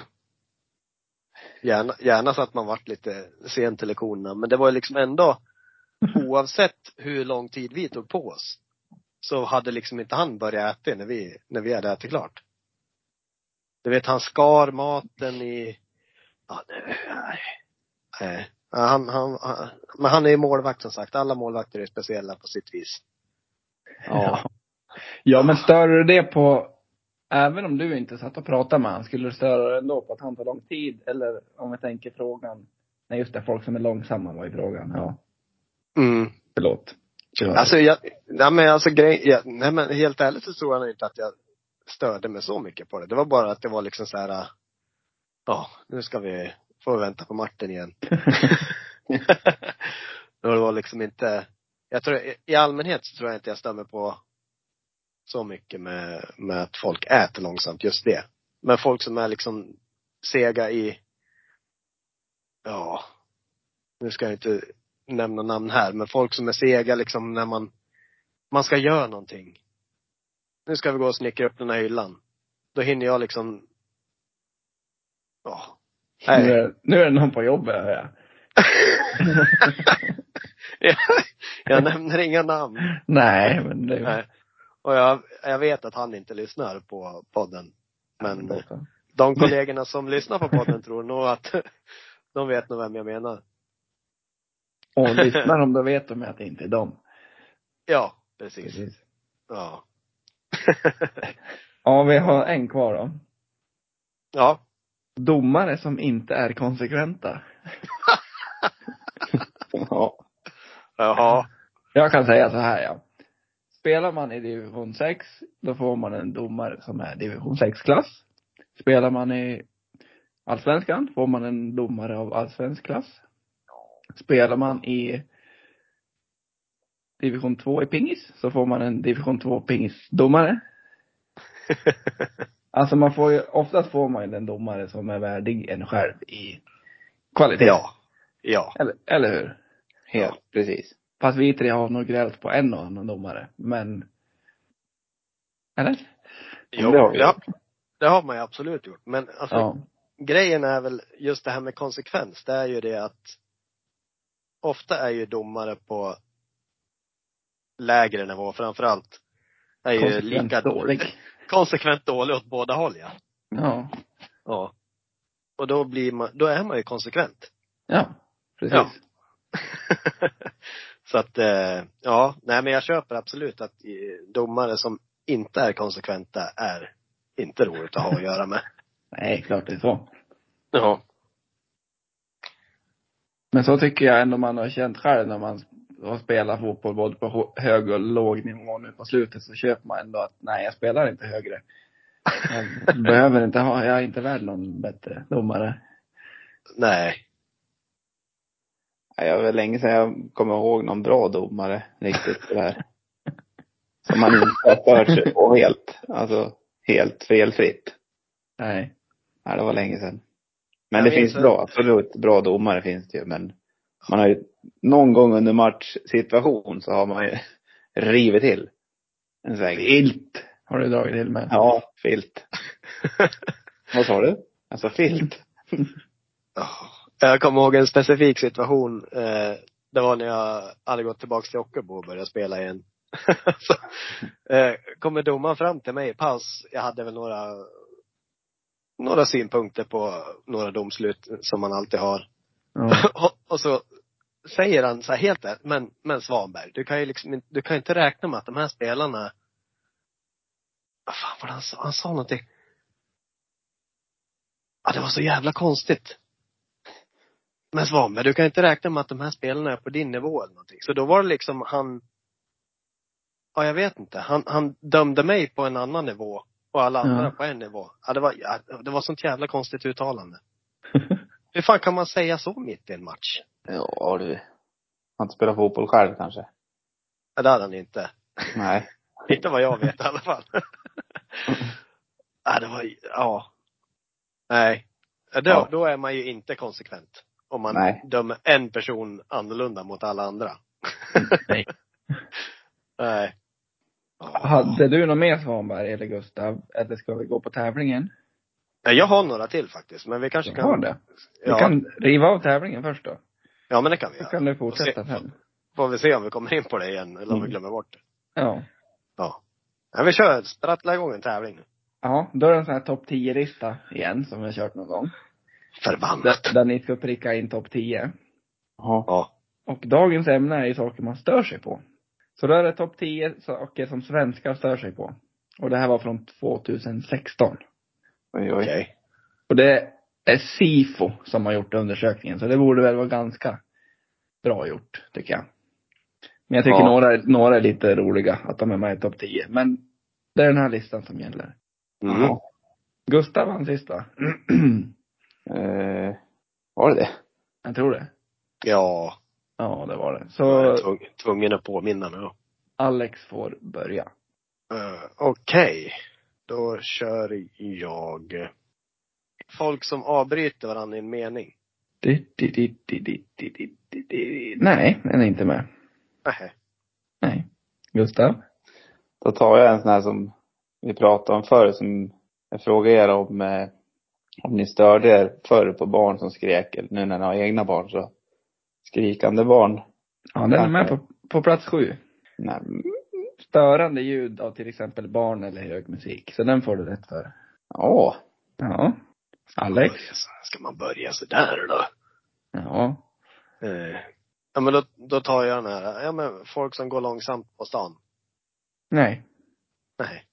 Speaker 3: Gärna, gärna så att man vart lite sen till lektionerna. Men det var ju liksom ändå, oavsett hur lång tid vi tog på oss, så hade liksom inte han börjat äta när vi, när vi hade ätit klart. Du vet, han skar maten i, ja, det- nej. nej. Ja, Han, han, han, men han är ju målvakt som sagt. Alla målvakter är speciella på sitt vis.
Speaker 2: Ja. Ja, men stör du det på, även om du inte satt och pratade med honom, skulle du störa dig ändå på att han tar lång tid? Eller om vi tänker frågan, nej just det, folk som är långsamma var ju frågan. Ja,
Speaker 3: Mm.
Speaker 2: förlåt. Det var-
Speaker 3: Alltså jag, nej men alltså grej, jag, nej men helt ärligt så tror jag inte att jag störde mig så mycket på det. Det var bara att det var liksom så här, äh, ja nu ska vi, får vi vänta på Martin igen. det var liksom inte, jag tror, i allmänhet så tror jag inte jag stör mig på så mycket med, med att folk äter långsamt, just det. Men folk som är liksom sega i, ja, nu ska jag inte nämna namn här, men folk som är sega liksom när man, man ska göra någonting. Nu ska vi gå och snickra upp den här hyllan. Då hinner jag liksom, ja.
Speaker 2: nu,
Speaker 3: Nej,
Speaker 2: är, nu är det någon på jobbet hör jag.
Speaker 3: jag, jag nämner inga namn.
Speaker 2: Nej, men det
Speaker 3: Nej. Och jag, jag vet att han inte lyssnar på podden. Men eh, de kollegorna som lyssnar på podden tror nog att de vet nog vem jag menar.
Speaker 2: Och lyssnar de, då vet de ju att det inte är dem.
Speaker 3: Ja, precis. Ja.
Speaker 2: Ja, vi har en kvar då.
Speaker 3: ja.
Speaker 2: Domare som inte är konsekventa.
Speaker 4: Ja.
Speaker 3: Jaha.
Speaker 2: Jag kan säga så här ja. Spelar man i division 6, då får man en domare som är division 6-klass. Spelar man i allsvenskan får man en domare av allsvensk klass. Spelar man i division 2 i pingis så får man en division 2 pingisdomare. Alltså man får ju, oftast får man ju den domare som är värdig en själv i kvalitet.
Speaker 3: Ja. Ja.
Speaker 2: Eller, eller hur?
Speaker 4: Helt precis.
Speaker 2: Fast vi tre har nog grält på en och annan domare, men... Eller?
Speaker 3: Jo,
Speaker 4: det har vi.
Speaker 3: det, har, det har man ju absolut gjort. Men alltså,
Speaker 2: Ja.
Speaker 3: grejen är väl just det här med konsekvens. Det är ju det att ofta är ju domare på lägre nivå framförallt. Är ju
Speaker 2: Konsekvent
Speaker 3: lika
Speaker 2: dålig.
Speaker 3: konsekvent dålig åt båda håll ja.
Speaker 2: Ja.
Speaker 3: ja. Och då blir man, då är man ju konsekvent.
Speaker 2: Ja. Precis.
Speaker 3: Ja. Så att, eh, ja, nej men jag köper absolut att eh, domare som inte är konsekventa är inte roligt att ha att göra med.
Speaker 2: Nej, klart det är så.
Speaker 3: Ja.
Speaker 2: Men så tycker jag ändå man har känt själv när man har spelat fotboll både på hå- hög och låg nivå nu på slutet så köper man ändå att nej, jag spelar inte högre. Jag behöver inte ha, jag är inte värd någon bättre domare.
Speaker 3: Nej.
Speaker 4: Ja, Jag var länge sedan jag kommer ihåg någon bra domare riktigt så här. Som man inte har stört sig på helt. Alltså helt felfritt.
Speaker 2: Nej.
Speaker 4: Nej, det var länge sedan. Men
Speaker 3: Jag
Speaker 4: det
Speaker 3: minns
Speaker 4: finns
Speaker 3: det.
Speaker 4: bra, absolut bra domare finns det ju. Men man har ju, någon gång under matchsituation så har man ju rivit till en sväng.
Speaker 2: Filt har du dragit till med.
Speaker 4: Ja, filt. Vad sa du? Alltså filt.
Speaker 3: Ja. Oh. Jag kommer ihåg en specifik situation. Eh, det var när jag hade gått tillbaka till Ockelbo och börjat spela igen. så, eh, kommer domaren fram till mig i paus. Jag hade väl några, några synpunkter på några domslut som man alltid har.
Speaker 2: Ja.
Speaker 3: och, och så säger han så här helt rätt, men, men Svanberg, du kan ju liksom, inte- du kan ju inte räkna med att de här spelarna vad fan var det han sa? Han sa någonting. Ja, det var så jävla konstigt. Men Svanberg, du kan ju inte räkna med att de här spelarna är på din nivå eller någonting. Så då var det liksom han, ja jag vet inte, han, han dömde mig på en annan nivå och alla andra
Speaker 2: Ja.
Speaker 3: på en nivå. Ja, det var, ja, det var sånt jävla konstigt uttalande. Hur fan kan man säga så mitt i en match?
Speaker 4: Ja, du. Har inte spelat fotboll själv kanske?
Speaker 3: Ja, det hade han inte.
Speaker 4: Nej.
Speaker 3: Inte vad jag vet i alla fall. ja, det var, ja. Nej. Ja, Då,
Speaker 4: Ja.
Speaker 3: då är man ju inte konsekvent. Om man
Speaker 4: Nej.
Speaker 3: dömer en person annorlunda mot alla andra.
Speaker 2: Nej.
Speaker 3: Nej.
Speaker 2: Hade du något mer Svanberg eller Gustav? Eller ska vi gå på tävlingen?
Speaker 3: Ja, Jag har några till faktiskt, men vi kanske
Speaker 2: Du har
Speaker 3: kan.
Speaker 2: det. Vi
Speaker 3: Ja,
Speaker 2: kan riva av tävlingen först då.
Speaker 3: ja, men det kan vi
Speaker 2: Så
Speaker 3: göra.
Speaker 2: kan du fortsätta sen.
Speaker 3: Får vi se om vi kommer in på det igen eller om vi
Speaker 2: Mm.
Speaker 3: glömmer bort det.
Speaker 2: Ja.
Speaker 3: Ja. ja vi kör, sprattla igång en tävling nu.
Speaker 2: Ja, då är det en sån här topp 10-lista igen som vi har kört någon gång.
Speaker 3: Förbannat.
Speaker 2: Där, där ni ska pricka in topp 10.
Speaker 4: Ja.
Speaker 3: Ja.
Speaker 2: Och dagens ämne är ju saker man stör sig på. Så då är det topp 10 saker som svenskar stör sig på. Och det här var från 2016.
Speaker 4: Oj, oj.
Speaker 3: Okej.
Speaker 2: Och det är SIFO som har gjort undersökningen, så det borde väl vara ganska bra gjort, tycker jag. Men jag tycker
Speaker 4: Ja.
Speaker 2: några, några är lite roliga, att de är med i topp 10. Men det är den här listan som gäller.
Speaker 3: Mm.
Speaker 4: Ja.
Speaker 2: Gustav vann sist va?
Speaker 4: Eh, var det det?
Speaker 2: jag tror det.
Speaker 3: Ja,
Speaker 2: Ja, det var det.
Speaker 3: jag är
Speaker 2: Så
Speaker 3: tvung, tvungen att påminna nu då.
Speaker 2: Alex får börja.
Speaker 3: Eh, Okej. Då kör jag. eh, Folk som avbryter varandra i en mening.
Speaker 2: Di, di, di, di, di, di, di, di, di. Nej, den är inte med.
Speaker 3: Nähä.
Speaker 2: Nej. Gustav?
Speaker 4: Då tar jag en sån här som vi pratade om förr som jag frågade er om, eh, om ni störde er förr på barn som skrek, eller nu när ni har egna barn så skrikande barn.
Speaker 2: Ja, den är med på, på plats sju.
Speaker 4: Nej,
Speaker 2: Störande ljud av till exempel barn eller hög musik. Så den får du rätt för.
Speaker 4: åh,
Speaker 2: Ja. Alex?
Speaker 3: Börja så- Ska man börja sådär då?
Speaker 2: Ja.
Speaker 3: Eh, Ja men då, då tar jag den här. Ja men folk som går långsamt på stan.
Speaker 2: Nej.
Speaker 3: Nej.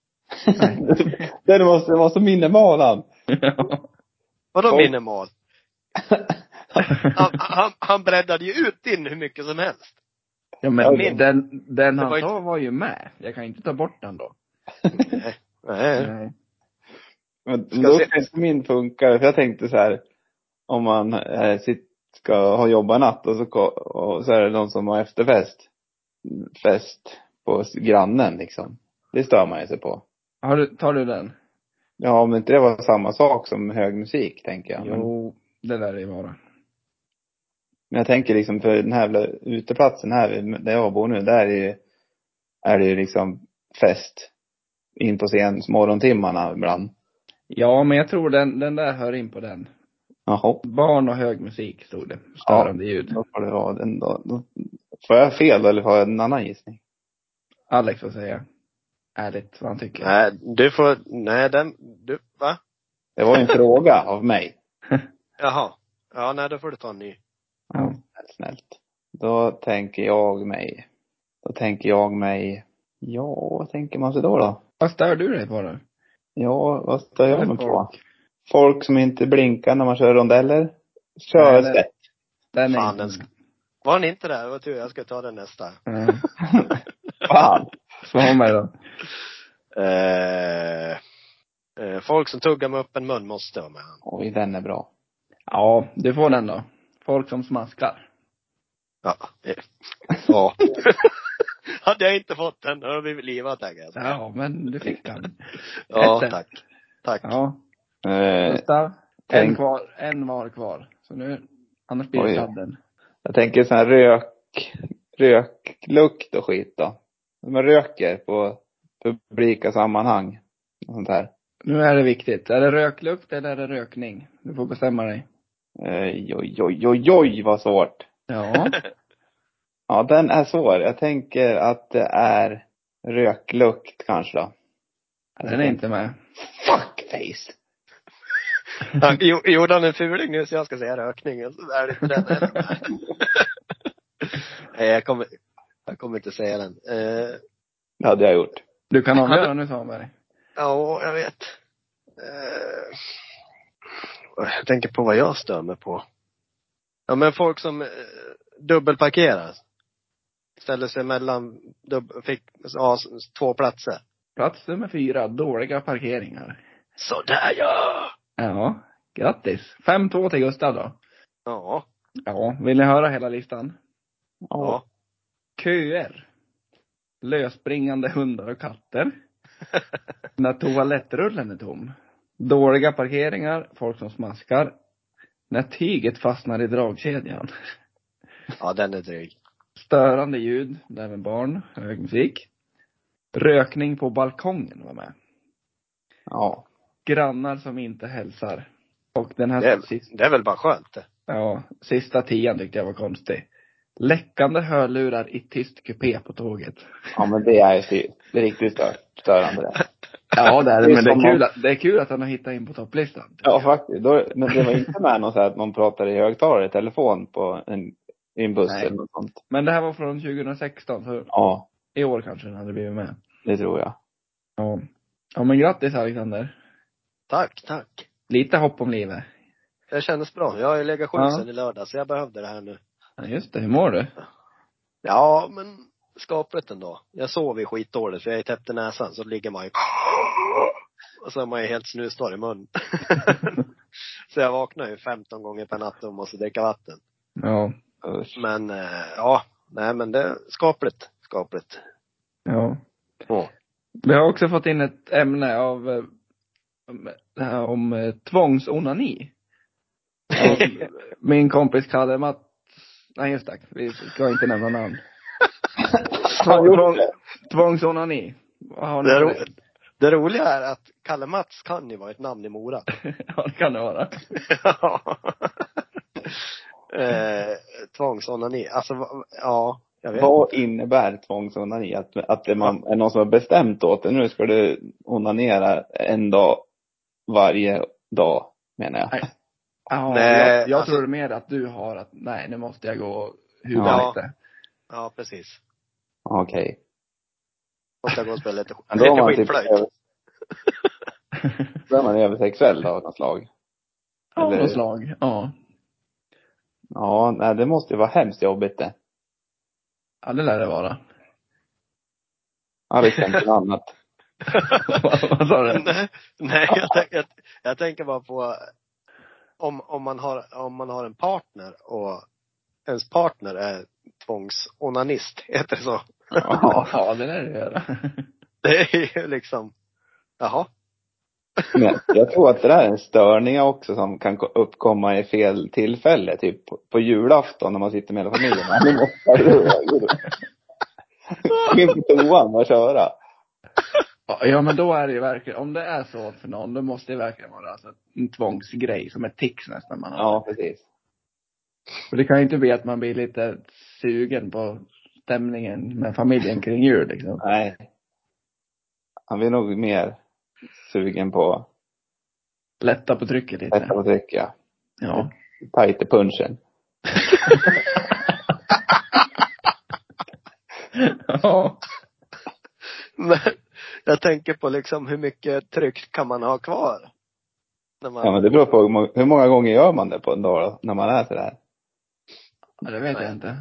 Speaker 4: den måste vara så minimal han.
Speaker 2: Ja.
Speaker 3: Vadå
Speaker 4: Folk-
Speaker 3: minimal? Han, han, han breddade ju ut din hur mycket som helst.
Speaker 2: ja
Speaker 4: Ja,
Speaker 2: men
Speaker 4: men-
Speaker 2: den, den
Speaker 3: Det var
Speaker 2: han
Speaker 3: ju-
Speaker 2: sa var ju med. Jag kan inte ta bort den då.
Speaker 3: Nej. Nej.
Speaker 2: Nej.
Speaker 4: Men
Speaker 3: Ska
Speaker 4: då
Speaker 3: se-
Speaker 4: ska inte min funka, för jag tänkte så här, om man eh, sitt, ska ha jobba natt och så, ko- och så är det någon som har efterfest, fest på s- grannen liksom. Det stör man ju sig på.
Speaker 2: Har du, tar du den?
Speaker 4: Ja, om inte det var samma sak som hög musik, tänker jag. Men,
Speaker 2: Jo, det där är bara.
Speaker 4: men jag tänker liksom för den här jävla uteplatsen här, vid- där jag bor nu, där är ju, är det ju liksom fest in på sen morgontimmarna ibland.
Speaker 2: Ja, men jag tror den, den där hör in på den.
Speaker 4: Jaha,
Speaker 2: Barn och hög musik stod det. Störande ljud.
Speaker 4: då får det vara den då. då får jag fel eller har jag en annan gissning?
Speaker 2: Alex får säga ärligt vad han tycker.
Speaker 3: Nej, du får, nej den, du, va?
Speaker 4: Det var ju en fråga av mig.
Speaker 3: Jaha. Ja, nej då får du ta en ny.
Speaker 2: Ja.
Speaker 4: Snällt, snällt. Då tänker jag mig, då tänker jag mig, ja, vad tänker man sig då då?
Speaker 2: Vad stör du dig på då?
Speaker 4: Ja, vad stör jag mig på?
Speaker 2: Folk.
Speaker 4: Folk som inte blinkar när man kör rondeller. Kör
Speaker 2: Nej,
Speaker 4: rätt.
Speaker 2: Den är
Speaker 3: Fan,
Speaker 2: inte
Speaker 3: den
Speaker 2: med.
Speaker 3: Var ni inte där? Vad tur, jag ska ta den nästa.
Speaker 2: Nej.
Speaker 4: Fan.
Speaker 2: Svanberg då?
Speaker 3: Eh, eh, folk som tuggar med öppen mun måste vara med.
Speaker 4: Oj, den är bra.
Speaker 2: Ja, du får den då. Folk som smaskar.
Speaker 3: Ja. eh, ja. Hade jag inte fått den, då hade jag blivit livad tänker jag. säga.
Speaker 2: Ja, men du fick den.
Speaker 3: Ja,
Speaker 2: Ett, ett.
Speaker 3: tack. Tack.
Speaker 2: Ja.
Speaker 4: Eh,
Speaker 2: Gustav? En
Speaker 4: Tänk-
Speaker 2: kvar, en var kvar. Så nu, annars blir det
Speaker 4: Oj.
Speaker 2: sladden.
Speaker 4: Jag tänker sån här rök, röklukt och skit då. Som man röker på publika sammanhang. Och sånt här.
Speaker 2: Nu är det viktigt. Är det röklukt eller är det rökning? Du får bestämma dig.
Speaker 4: Oj, Eh, oj, oj, oj, oj vad svårt.
Speaker 2: Ja.
Speaker 4: Ja, den är svår. Jag tänker att det är röklukt kanske då.
Speaker 2: Den är inte med.
Speaker 4: Fuckface!
Speaker 3: Han gjo- gjorde han en fuling nu så jag ska säga rökning. och Så är det inte den heller. Nej, jag kommer, jag kommer inte säga den. Eh,
Speaker 4: Det hade jag gjort.
Speaker 2: Du kan avgöra nu Svanberg.
Speaker 3: ja, jag vet. Eh, jag tänker på vad jag stör mig på. Ja, men folk som eh, dubbelparkerar. Ställer sig mellan, dubb, fick, ja, s- två platser.
Speaker 2: Plats nummer fyra, dåliga parkeringar.
Speaker 3: Sådär ja!
Speaker 2: Ja. Grattis. 5-2 till Gustav då.
Speaker 3: Ja.
Speaker 2: Ja, vill ni höra hela listan?
Speaker 3: ja.
Speaker 2: Köer. Lösspringande hundar och katter. När toalettrullen är tom. Dåliga parkeringar, folk som smaskar. När tyget fastnar i dragkedjan.
Speaker 3: Ja, den är dryg.
Speaker 2: Störande ljud, där även barn, hög musik. Rökning på balkongen var med.
Speaker 4: Ja.
Speaker 2: Grannar som inte hälsar. Och den här
Speaker 3: Det är,
Speaker 2: sista,
Speaker 3: det är väl bara skönt det.
Speaker 2: ja, sista tian tyckte jag var konstig. Läckande hörlurar i tyst kupé på tåget.
Speaker 4: Ja, men det är ju det är riktigt stör, störande det.
Speaker 2: Ja, det är
Speaker 4: det,
Speaker 2: det. Men det
Speaker 4: som
Speaker 2: är
Speaker 4: om-
Speaker 2: kul att, det är kul att han har hittat in på topplistan.
Speaker 4: Ja, faktiskt. Då, men det var inte med någon så här att någon pratade i högtalare i telefon på en, i en buss
Speaker 2: Nej.
Speaker 4: eller något sånt.
Speaker 2: Men det här var från 2016, så
Speaker 4: Ja,
Speaker 2: i år kanske den hade blivit med.
Speaker 4: det tror jag.
Speaker 2: Ja. Ja men grattis Alexander.
Speaker 3: Tack, tack.
Speaker 2: Lite hopp om livet.
Speaker 3: Det kändes bra. Jag har ju legat sjuk
Speaker 2: Ja.
Speaker 3: sen i lördag så jag behövde det här nu.
Speaker 2: Ja, just det, hur mår du?
Speaker 3: Ja, men skapligt ändå. Jag sov ju skitdåligt för jag är täppt i näsan så ligger man ju och så är man ju helt snustorr i mun. så jag vaknar ju 15 gånger per natt och måste dricka vatten.
Speaker 2: Ja.
Speaker 4: Usch.
Speaker 3: Men eh, ja, nej men det är skapligt. Skapligt.
Speaker 2: Ja.
Speaker 3: Ja.
Speaker 2: Vi har också fått in ett ämne av, eh, om- det här om eh, tvångsonani. Av Min kompis Kalle Matt, nej just det, vi ska inte nämna namn.
Speaker 4: Han gjorde
Speaker 2: Tvång-
Speaker 4: det.
Speaker 2: Tvångsonani. Vad har ni
Speaker 3: Det,
Speaker 2: för
Speaker 3: ro- det roliga är att Kalle Mats kan ju vara ett namn i Mora.
Speaker 2: Ja, det kan det vara.
Speaker 3: Ja. eh, tvångsonani. Alltså, va- ja. Jag vet.
Speaker 4: Vad innebär tvångsonani? Att, att det man, är någon som har bestämt åt dig, nu ska du onanera en dag varje dag, menar jag.
Speaker 2: Nej. Jaha,
Speaker 3: Nej,
Speaker 2: jag, jag
Speaker 3: alltså-
Speaker 2: tror mer att du har att, nej nu måste jag gå och huva
Speaker 4: Ja.
Speaker 2: lite.
Speaker 3: Ja, precis.
Speaker 4: Okej. Okay.
Speaker 3: Måste gå och spela lite
Speaker 4: Då är
Speaker 3: lite
Speaker 4: man typ
Speaker 3: skitflöjt.
Speaker 4: över- då är man översexuell då, av något slag.
Speaker 2: Av
Speaker 4: Eller-
Speaker 2: något slag, ja.
Speaker 4: Ja, nej, det måste ju vara hemskt jobbigt det.
Speaker 2: Ja det lär det vara.
Speaker 4: Alex tänker något annat.
Speaker 2: Vad vad sa du?
Speaker 3: nej, nej jag, tänk, jag, jag tänker bara på om, om, man har, om man har en partner och ens partner är tvångsonanist, heter det så?
Speaker 4: Ja.
Speaker 2: Ja det lär det göra.
Speaker 3: Det är ju liksom, jaha.
Speaker 4: Men jag tror att det där är en störning också som kan ko- uppkomma i fel tillfälle. Typ på- på julafton när man sitter med hela familjen. Ja, Nu måste jag röra. Gå in på toan och köra.
Speaker 2: Ja men då är det ju verkligen, om det är så för någon då måste det verkligen vara alltså, en tvångsgrej som ett tics nästan man har.
Speaker 4: Ja, precis.
Speaker 2: För det kan ju inte bli att man blir lite sugen på stämningen med familjen kring jul liksom.
Speaker 4: Nej. Han blir nog mer sugen på att
Speaker 2: Lätta på trycket lite.
Speaker 4: äta och dricka.
Speaker 2: Ja.
Speaker 4: Tajt i punchen.
Speaker 2: Ja.
Speaker 3: Men jag tänker på liksom hur mycket tryck kan man ha kvar? När man,
Speaker 4: Ja, men det beror på hur må- hur många gånger gör man det på en dag då, när man är sådär.
Speaker 2: Ja, det vet jag inte.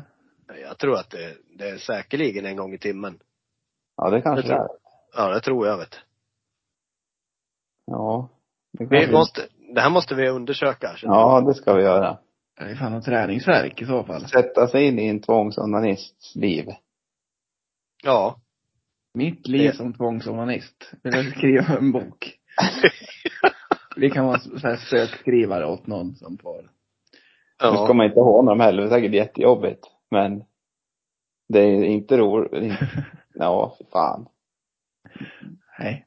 Speaker 3: Jag tror att det, det är säkerligen en gång i timmen.
Speaker 4: Ja, det kanske
Speaker 2: Jag
Speaker 4: det
Speaker 2: tror-
Speaker 4: är.
Speaker 3: Ja, det tror jag vet
Speaker 4: Ja. Det kanske...
Speaker 3: vi måste, Det här måste vi undersöka. känner jag.
Speaker 4: Ja, det ska vi göra.
Speaker 2: Det är fan en träningsverk i så fall.
Speaker 4: Sätta sig in i en tvångsonanists liv.
Speaker 3: ja.
Speaker 2: Mitt liv
Speaker 3: Det-
Speaker 2: som tvångsonanist. Vill jag skriva en bok. Vi kan vara så här sökskrivare åt någon som får.
Speaker 4: Nu ska man inte ha dem heller, det är säkert jättejobbigt. Men det är inte roligt. Ja, fy fan.
Speaker 2: Nej.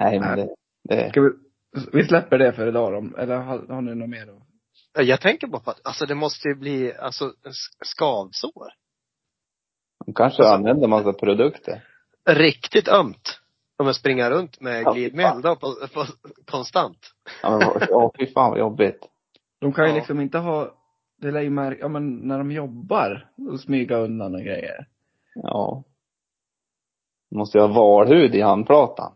Speaker 4: Nej, men det, det
Speaker 2: Ska vi, vi släpper det för idag då. Eller har, har ni något mer då?
Speaker 3: Jag tänker bara på att, alltså det måste ju bli, alltså s- skavsår.
Speaker 4: de kanske
Speaker 3: Alltså-
Speaker 4: använder massa produkter.
Speaker 3: Riktigt ömt. Om jag springer runt med
Speaker 4: Ja,
Speaker 3: glidmedel
Speaker 4: fan.
Speaker 3: då, på, på, konstant.
Speaker 4: Ja, men vad- ja, fy fan vad jobbigt.
Speaker 2: De kan ju
Speaker 3: Ja.
Speaker 2: liksom inte ha, det lär ju märka, ja men när de jobbar, och smyga undan och grejer.
Speaker 4: Ja. Måste jag ha valhud i handplatan?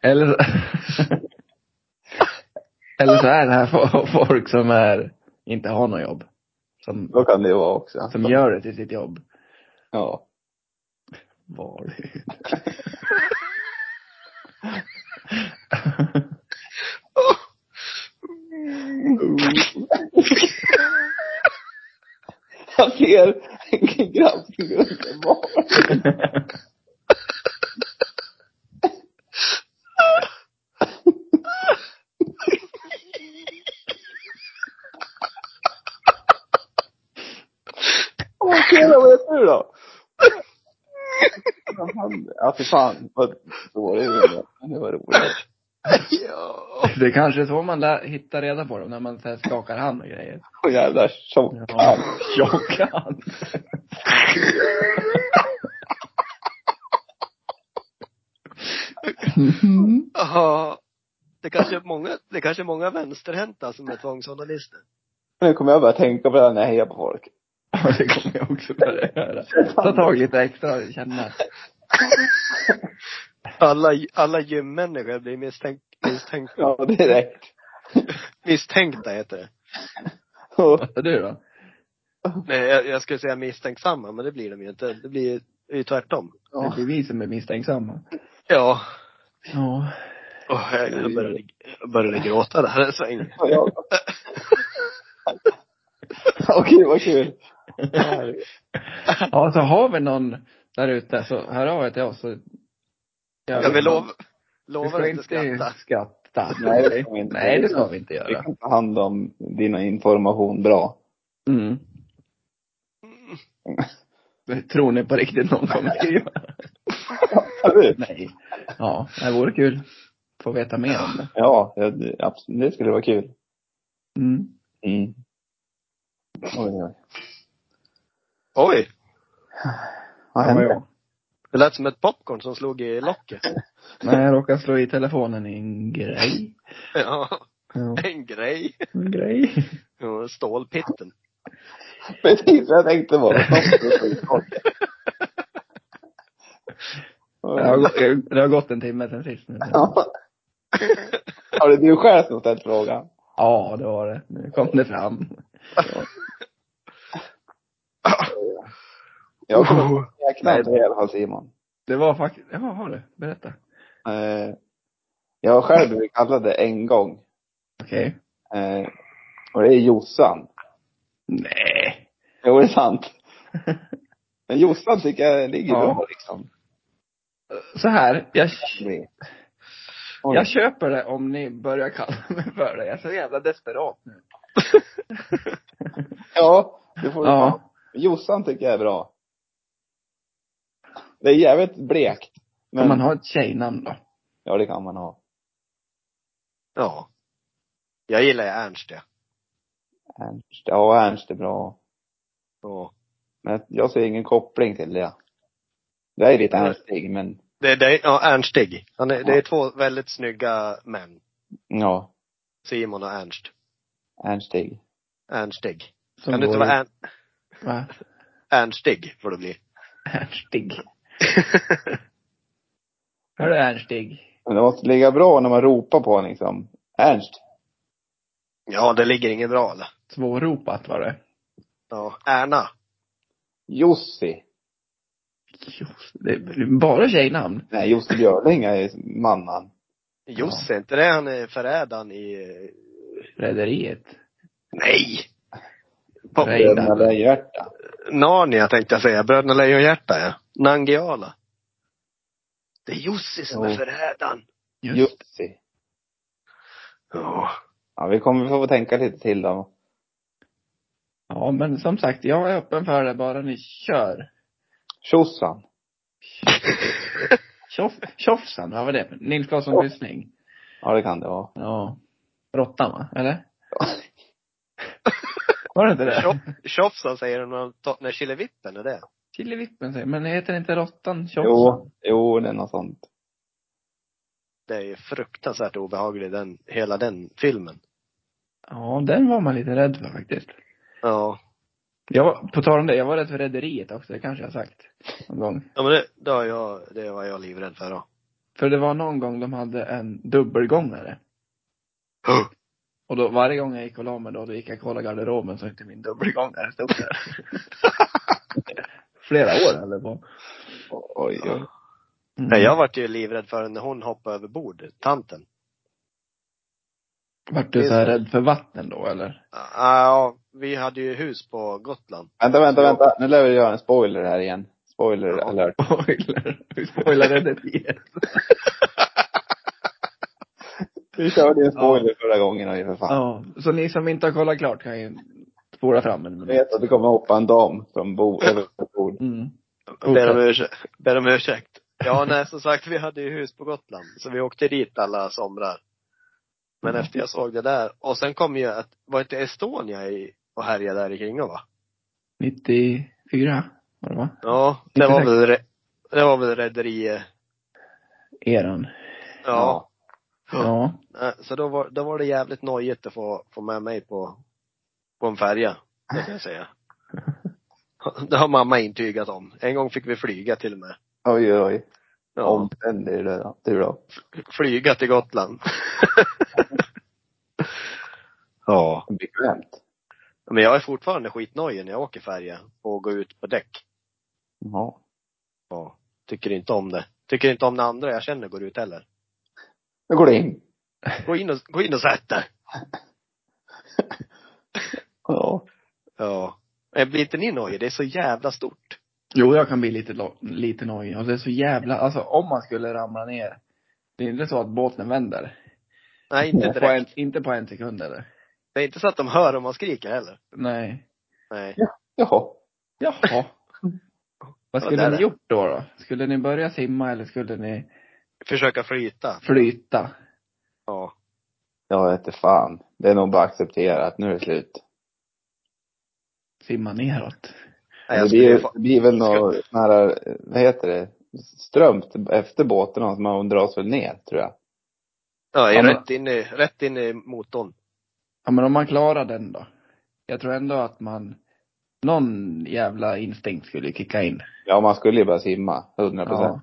Speaker 2: Eller, eller så är det här fo- folk som är, inte har något jobb. Som,
Speaker 4: Då kan det ju vara också.
Speaker 2: som gör det till sitt jobb.
Speaker 4: Ja.
Speaker 2: Var
Speaker 4: Jag ser en grabb som går runt med valhud. Åh, tjena, vad heter du då? Vad fan? Ja, fy fan vad dålig du är. Men det var roligt.
Speaker 3: ja.
Speaker 2: Det är kanske är så man lär, hittar reda på dem, när man så här skakar hand och grejer.
Speaker 4: Åh jävla tjock
Speaker 2: Ja.
Speaker 4: ja.
Speaker 2: Skaka hand.
Speaker 3: Ja. Det kanske är många, det kanske är många vänsterhänta som är tvångsjournalister.
Speaker 4: Nu kommer jag börja tänka på det här när jag hejar på folk.
Speaker 2: Ja, det kommer jag också börja göra. Ta tag lite extra och känna.
Speaker 3: Alla, alla gymmänniskor blir misstänk, misstänk,
Speaker 4: Ja, direkt.
Speaker 3: misstänkta heter det.
Speaker 4: Och
Speaker 2: Vad sa du då?
Speaker 3: Nej, jag, jag skulle säga misstänksamma, men det blir de ju inte. Det blir det är ju tvärtom.
Speaker 2: Det blir vi som är misstänksamma.
Speaker 3: Ja.
Speaker 2: Ja.
Speaker 3: Åh, jag, jag, började, jag började gråta där en sväng.
Speaker 4: och jag. Åh gud vad kul.
Speaker 2: Ja, så har vi någon där ute så hör av er till oss. Så...
Speaker 3: Jag vill lova,
Speaker 2: Vi
Speaker 3: lovar
Speaker 2: ska
Speaker 3: att inte
Speaker 2: inte
Speaker 3: skratta.
Speaker 2: skratta.
Speaker 4: Nej, det ska vi inte.
Speaker 2: Nej, det ska vi inte
Speaker 4: Vi
Speaker 2: göra.
Speaker 4: kan ta hand om din information bra.
Speaker 2: Mm. Tror ni på riktigt någon kommer skriva? Nej. Ja, det vore kul. Få veta mer om det.
Speaker 4: Ja, det, absolut, det skulle vara kul.
Speaker 2: Mm.
Speaker 4: Mm. Oj, oj.
Speaker 3: Oj!
Speaker 4: Vad
Speaker 2: Ja,
Speaker 4: hände?
Speaker 2: ja.
Speaker 3: Det lät som ett popcorn som slog i locket.
Speaker 2: Nej, jag råkade slå i telefonen i en grej.
Speaker 3: Ja,
Speaker 2: Ja,
Speaker 3: en grej.
Speaker 2: en grej.
Speaker 3: Ja, Stålpitten.
Speaker 4: Precis vad jag tänkte på.
Speaker 2: Det har, gått, det har gått en timme sen sist nu.
Speaker 4: Ja. Har det du själv som ställt frågan?
Speaker 2: Ja, det var det. Nu kom det fram.
Speaker 4: Jag
Speaker 2: Oh.
Speaker 4: kommer att räkna inte i alla fall Simon.
Speaker 2: Det var faktiskt, ja, har du? Berätta.
Speaker 4: Eh, Jag har själv blivit kallad det en gång.
Speaker 2: Okej.
Speaker 4: Eh, Och det är Jossan.
Speaker 2: Nej.
Speaker 4: Jo, det är sant. Men Jossan tycker jag ligger
Speaker 2: Ja.
Speaker 4: bra liksom.
Speaker 2: Så här, jag,
Speaker 4: Oj.
Speaker 2: jag köper det om ni börjar kalla mig för det. Jag är så jävla desperat nu.
Speaker 4: Ja, det får du
Speaker 2: Ja.
Speaker 4: ja. Jossan tycker jag är bra. Det är jävligt blekt.
Speaker 2: Om
Speaker 4: Men,
Speaker 2: man har ett tjejnamn då.
Speaker 4: Ja, det kan man ha.
Speaker 3: Ja. Jag gillar ju Ernst, ja.
Speaker 4: Ernst. Ja, Ernst är bra.
Speaker 3: ja.
Speaker 4: Men jag ser ingen koppling till det. Det är lite Ernstig, men
Speaker 3: Det, det, ja, Ernstig. Han är, Det är
Speaker 4: Ja.
Speaker 3: två väldigt snygga män.
Speaker 4: ja,
Speaker 3: Simon och Ernst.
Speaker 4: Ernstig.
Speaker 3: Ernstig.
Speaker 2: Som
Speaker 3: Kan du inte
Speaker 2: går
Speaker 3: vara
Speaker 2: ut-
Speaker 3: Ern,
Speaker 2: Va?
Speaker 3: Ernstig, får du bli.
Speaker 2: Ernstig. Hörru Ernstig.
Speaker 4: Men det måste ligga bra när man ropar på honom liksom. Ernst.
Speaker 3: ja, det ligger inget bra eller?
Speaker 2: Svårropat var det.
Speaker 3: Ja. Erna.
Speaker 4: Jussi.
Speaker 2: Just, det är bara tjejnamn.
Speaker 4: Nej, Jussi Björling är mannan.
Speaker 3: Jussi, inte det han är förrädaren i... eh,
Speaker 2: Rederiet.
Speaker 3: Nej! På
Speaker 2: Nej.
Speaker 4: Bröderna Lejonhjärta.
Speaker 3: Narnia tänkte jag säga. Bröderna Lejonhjärta, ja. Nangiala. Det är Jussi som
Speaker 4: Jo.
Speaker 3: är förrädaren.
Speaker 2: Just.
Speaker 4: Jussi.
Speaker 3: Ja.
Speaker 4: Ja, vi kommer få tänka lite till då.
Speaker 2: Ja, men som sagt, jag är öppen för det bara ni kör.
Speaker 4: Tjosan.
Speaker 2: Tjoff, tjoffsan, vad var det? Nils Claesson
Speaker 4: Ja.
Speaker 2: Gyssling?
Speaker 4: Ja, det kan det vara.
Speaker 2: Ja. Råttan va? Eller? Var det inte det?
Speaker 3: Tjoff- Tjofsan säger de när, de tar- när Killevippen är det.
Speaker 2: Killevippen säger Men heter inte råttan tjoffsan?
Speaker 4: Jo, jo, det är något sånt.
Speaker 3: Det är ju fruktansvärt obehaglig den, hela den filmen.
Speaker 2: Ja, den var man lite rädd för faktiskt.
Speaker 3: Ja.
Speaker 2: Jag var, på tal om det, jag var rädd för Rederiet också, det kanske jag har sagt. Någon gång.
Speaker 3: Ja men det, det, har jag, det var jag livrädd för då.
Speaker 2: För det var någon gång de hade en dubbelgångare. Och då varje gång jag gick och la mig då, då gick jag och kollade garderoben så inte min dubbelgångare stod där. Flera år eller på.
Speaker 4: Oj, oj.
Speaker 2: Mm.
Speaker 3: Nej, jag vart ju livrädd för när hon hoppade över bord, tanten.
Speaker 2: Vart du så här rädd för vatten då eller?
Speaker 3: Ja, Ja, vi hade ju hus på Gotland.
Speaker 4: Vänta, vänta, vänta. Nu lär vi göra en spoiler här igen. Spoiler
Speaker 3: Ja.
Speaker 4: alert.
Speaker 2: Spoiler. Vi spoilar Rederiet.
Speaker 4: Vi körde ju en spoiler förra gången och ju för fan.
Speaker 2: Ja. Så ni som inte har kollat klart kan ju spola fram en
Speaker 4: Jag
Speaker 2: minut.
Speaker 4: vet att det kommer hoppa en dam från bo, över bord.
Speaker 2: Mm.
Speaker 3: Ber om, ursäkt, ber om ursäkt. Ja, nej som sagt, vi hade ju hus på Gotland. Så vi åkte dit alla somrar. Men
Speaker 2: Mm.
Speaker 3: efter jag såg det där, och sen kom ju att, var inte Estonia i, och härjade där i kring va?
Speaker 2: 94 var det va?
Speaker 3: Ja, det var väl, re- det var väl rederiet.
Speaker 2: Eran.
Speaker 3: Ja.
Speaker 2: Ja.
Speaker 3: Nej, Så då var, då var det jävligt nojigt att få, få med mig på, på en färja. Det kan jag säga. Det har mamma intygat om. En gång fick vi flyga till och med.
Speaker 4: Oj, oj.
Speaker 3: Ja,
Speaker 4: Omständig är det då. Du då?
Speaker 3: Flyga till Gotland. ja.
Speaker 4: Bekvämt.
Speaker 3: Men jag är fortfarande skitnojig när jag åker färja och går ut på däck.
Speaker 4: Ja.
Speaker 3: Ja. Tycker inte om det. Tycker inte om när andra jag känner går ut heller.
Speaker 4: Nu går det in.
Speaker 3: Gå in och, gå in och sätt dig.
Speaker 4: Ja.
Speaker 3: Ja. Men blir inte ni nojig? Det är så jävla stort.
Speaker 2: Jo, jag kan bli lite, lo- lite nojig. Och det är så jävla, alltså om man skulle ramla ner. Det är inte så att båten vänder.
Speaker 3: Nej, inte
Speaker 2: På en,
Speaker 3: direkt.
Speaker 2: inte på en sekund eller?
Speaker 3: Det är inte så att de hör om man skriker heller.
Speaker 2: Nej.
Speaker 3: Nej.
Speaker 4: Jaha.
Speaker 2: Jaha. Vad
Speaker 3: Ja,
Speaker 2: skulle
Speaker 3: där
Speaker 2: ni
Speaker 3: är.
Speaker 2: gjort då, då? Skulle ni börja simma eller skulle ni
Speaker 3: Försöka flyta.
Speaker 2: flyta?
Speaker 3: Ja.
Speaker 4: Jag vet inte fan. Det är nog bara att acceptera att nu är det slut.
Speaker 2: Simma neråt?
Speaker 4: det,
Speaker 3: Nej, jag
Speaker 4: blir,
Speaker 3: skulle,
Speaker 4: det
Speaker 3: fa-
Speaker 4: blir väl
Speaker 3: skulle-
Speaker 4: något sån här, vad heter det, strömt efter båten och så man dras väl ner tror jag.
Speaker 3: ja, jag
Speaker 2: Ja,
Speaker 3: är
Speaker 2: men-
Speaker 3: rätt in i, rätt in i motorn.
Speaker 2: Ja, men om man klarar den då? Jag tror ändå att man, någon jävla instinkt skulle kicka in.
Speaker 4: Ja, man skulle ju bara simma, 100
Speaker 2: Ja.
Speaker 4: procent.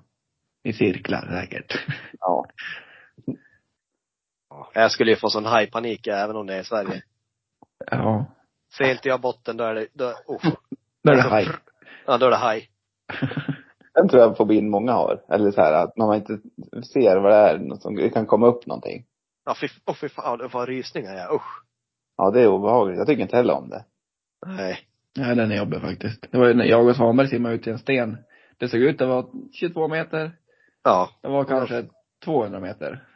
Speaker 2: I cirklar säkert.
Speaker 4: Ja.
Speaker 3: Jag skulle ju få sån hajpanik även om det är i Sverige.
Speaker 2: Ja.
Speaker 3: Ser inte jag botten då är det, då, oh.
Speaker 2: Då är det
Speaker 3: Alltså,
Speaker 2: haj.
Speaker 3: pr- Ja, då är det haj.
Speaker 4: Den tror jag fobin många har. Eller så här att man inte ser vad det är, något som, det kan komma upp någonting.
Speaker 3: Ja, fy, oh, fy fan, det var rysningar jag. Usch.
Speaker 4: Ja, det är obehagligt. Jag tycker inte heller om det.
Speaker 3: Nej.
Speaker 2: Nej, den är jobbig faktiskt. Det var ju när jag och Svanberg simmade ut i en sten. Det såg ut att vara 22 meter.
Speaker 3: Ja.
Speaker 2: Det var kanske 200 meter.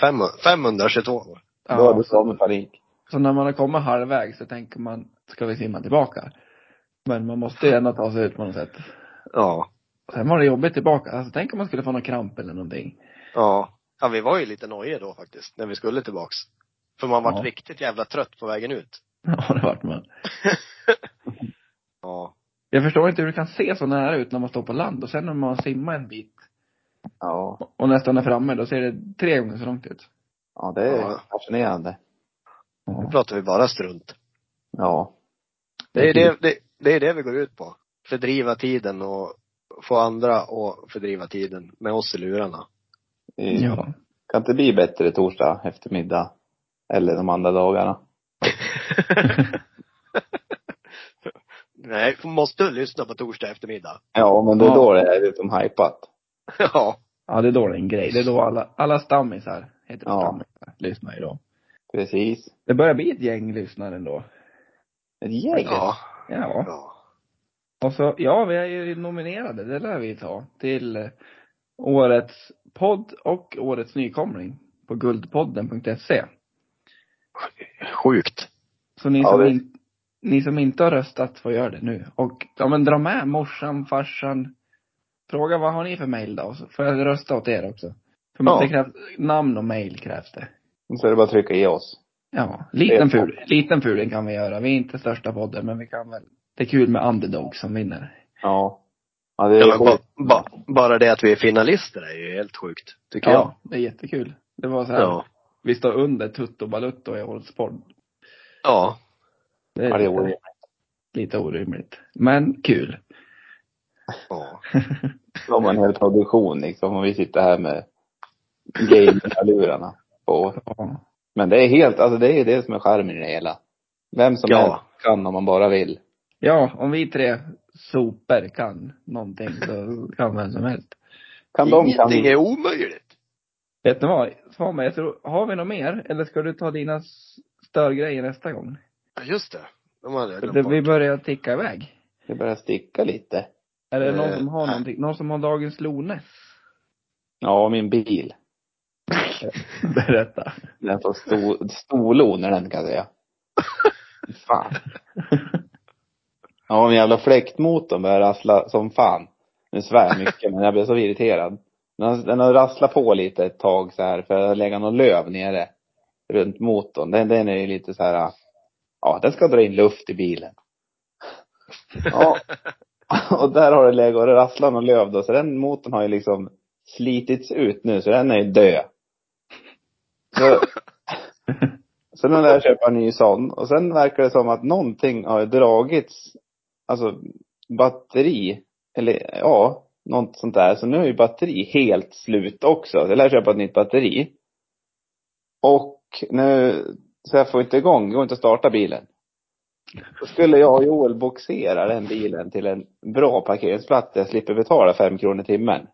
Speaker 3: 500 522.
Speaker 4: Då har
Speaker 2: Ja,
Speaker 4: du sån panik.
Speaker 2: så när man har kommit halvvägs så tänker man, ska vi simma tillbaka? Men man måste ju ändå ta sig ut på något sätt.
Speaker 3: Ja.
Speaker 2: Sen var det jobbigt tillbaka. Alltså tänk om man skulle få någon kramp eller någonting.
Speaker 3: Ja. Ja, vi var ju lite nojiga då faktiskt, när vi skulle tillbaks. För man vart
Speaker 2: Ja.
Speaker 3: riktigt jävla trött på vägen ut.
Speaker 2: Ja, det vart man.
Speaker 3: Ja.
Speaker 2: Jag förstår inte hur det kan se så nära ut när man står på land och sen när man simmar en bit
Speaker 4: Ja.
Speaker 2: och nästan är framme, då ser det tre gånger så långt ut.
Speaker 4: Ja, det är
Speaker 3: Ja.
Speaker 4: fascinerande.
Speaker 3: Nu pratar vi bara strunt.
Speaker 4: Ja.
Speaker 3: Det är det, det, det är det vi går ut på. Fördriva tiden och få andra att fördriva tiden med oss i lurarna.
Speaker 4: Det är-
Speaker 2: Ja.
Speaker 4: Kan inte bli bättre torsdag eftermiddag. Eller de andra dagarna.
Speaker 3: Nej, måste lyssna på torsdag eftermiddag.
Speaker 4: Ja, men det är
Speaker 2: Ja.
Speaker 4: då det är liksom hajpat.
Speaker 3: ja.
Speaker 2: Ja, det är då det är en grej. Det är då alla, alla stammisar, heter det
Speaker 4: Ja.
Speaker 2: stammisar, lyssnar ju då.
Speaker 4: Precis.
Speaker 2: Det börjar bli ett gäng lyssnare ändå.
Speaker 4: Ett gäng.
Speaker 3: Ja.
Speaker 2: Ja.
Speaker 3: ja.
Speaker 2: Och så, ja vi är ju nominerade, det lär vi ta, till eh, årets podd och årets nykomling på guldpodden.se.
Speaker 3: Sjukt.
Speaker 2: Så ni,
Speaker 4: Ja,
Speaker 2: som
Speaker 4: det-
Speaker 2: in, ni som inte har röstat får göra det nu. Och ja, men dra med morsan, farsan. Fråga vad har ni för mail då? Så får jag rösta åt er också. För
Speaker 3: Ja.
Speaker 2: det krävs, namn och mail krävs det.
Speaker 4: Så är det bara att trycka i oss.
Speaker 2: Ja, liten
Speaker 4: Det är-
Speaker 2: ful, liten fuling kan vi göra. Vi är inte största podden men vi kan väl. Det är kul med underdogs som vinner.
Speaker 4: Ja. Ja, det är
Speaker 3: Ja, men
Speaker 4: sjukt.
Speaker 3: ba, ba, bara det att vi är finalister är ju helt sjukt, tycker
Speaker 2: Ja, det är jättekul. Det var så
Speaker 3: jag.
Speaker 2: här,
Speaker 3: Ja.
Speaker 2: vi står under Tutto Balutto i årets podd.
Speaker 3: Ja.
Speaker 2: Det är,
Speaker 4: Ja, det är
Speaker 2: lite,
Speaker 4: orimligt.
Speaker 2: lite orimligt. Men kul.
Speaker 3: ja.
Speaker 4: Om man hel produktion liksom. Och vi sitter här med gaming-lurarna på.
Speaker 2: Ja.
Speaker 4: Men det är helt, alltså det är det som är charmen i det hela. Vem som
Speaker 3: Ja.
Speaker 4: helst kan om man bara vill.
Speaker 2: Ja, om vi tre super kan någonting så kan vem som helst.
Speaker 4: Kan de, kan
Speaker 3: Ingenting är omöjligt.
Speaker 2: Vet ni vad? Svar mig, jag tror, har vi något mer? Eller ska du ta dina s- störgrejer nästa gång?
Speaker 3: Ja, just det. De hade jag glömt
Speaker 2: Det,
Speaker 3: bort.
Speaker 2: vi börjar ticka iväg.
Speaker 4: Det börjar sticka lite.
Speaker 2: Är det någon
Speaker 3: Eh,
Speaker 2: som har
Speaker 3: nej.
Speaker 2: någonting? Någon som har dagens Lone?
Speaker 4: Ja, min bil.
Speaker 2: Berätta.
Speaker 4: Den får sto, storloner den kan jag säga. Fan. Ja, min jävla fläktmotorn börjar rassla som fan. Nu svär jag mycket, men jag blev så irriterad. Den har, den har rasslat på lite ett tag så här, för jag har legat någon löv nere runt motorn. Den, den är ju lite så här, ja, den ska dra in luft i bilen. Ja. Och där har det legat och det rasslar någon löv då, så den motorn har ju liksom slitits ut nu, så den är ju död. Så, sen har jag köpa en ny sån. Och sen verkar det som att någonting har dragits, alltså batteri, eller ja, något sånt där. Så nu är ju batteri helt slut också. Så jag lär köpa ett nytt batteri. Och nu, så jag får inte igång, det går inte att starta bilen. Då skulle jag och Joel boxera den bilen till en bra parkeringsplats där jag slipper betala fem kronor i timmen.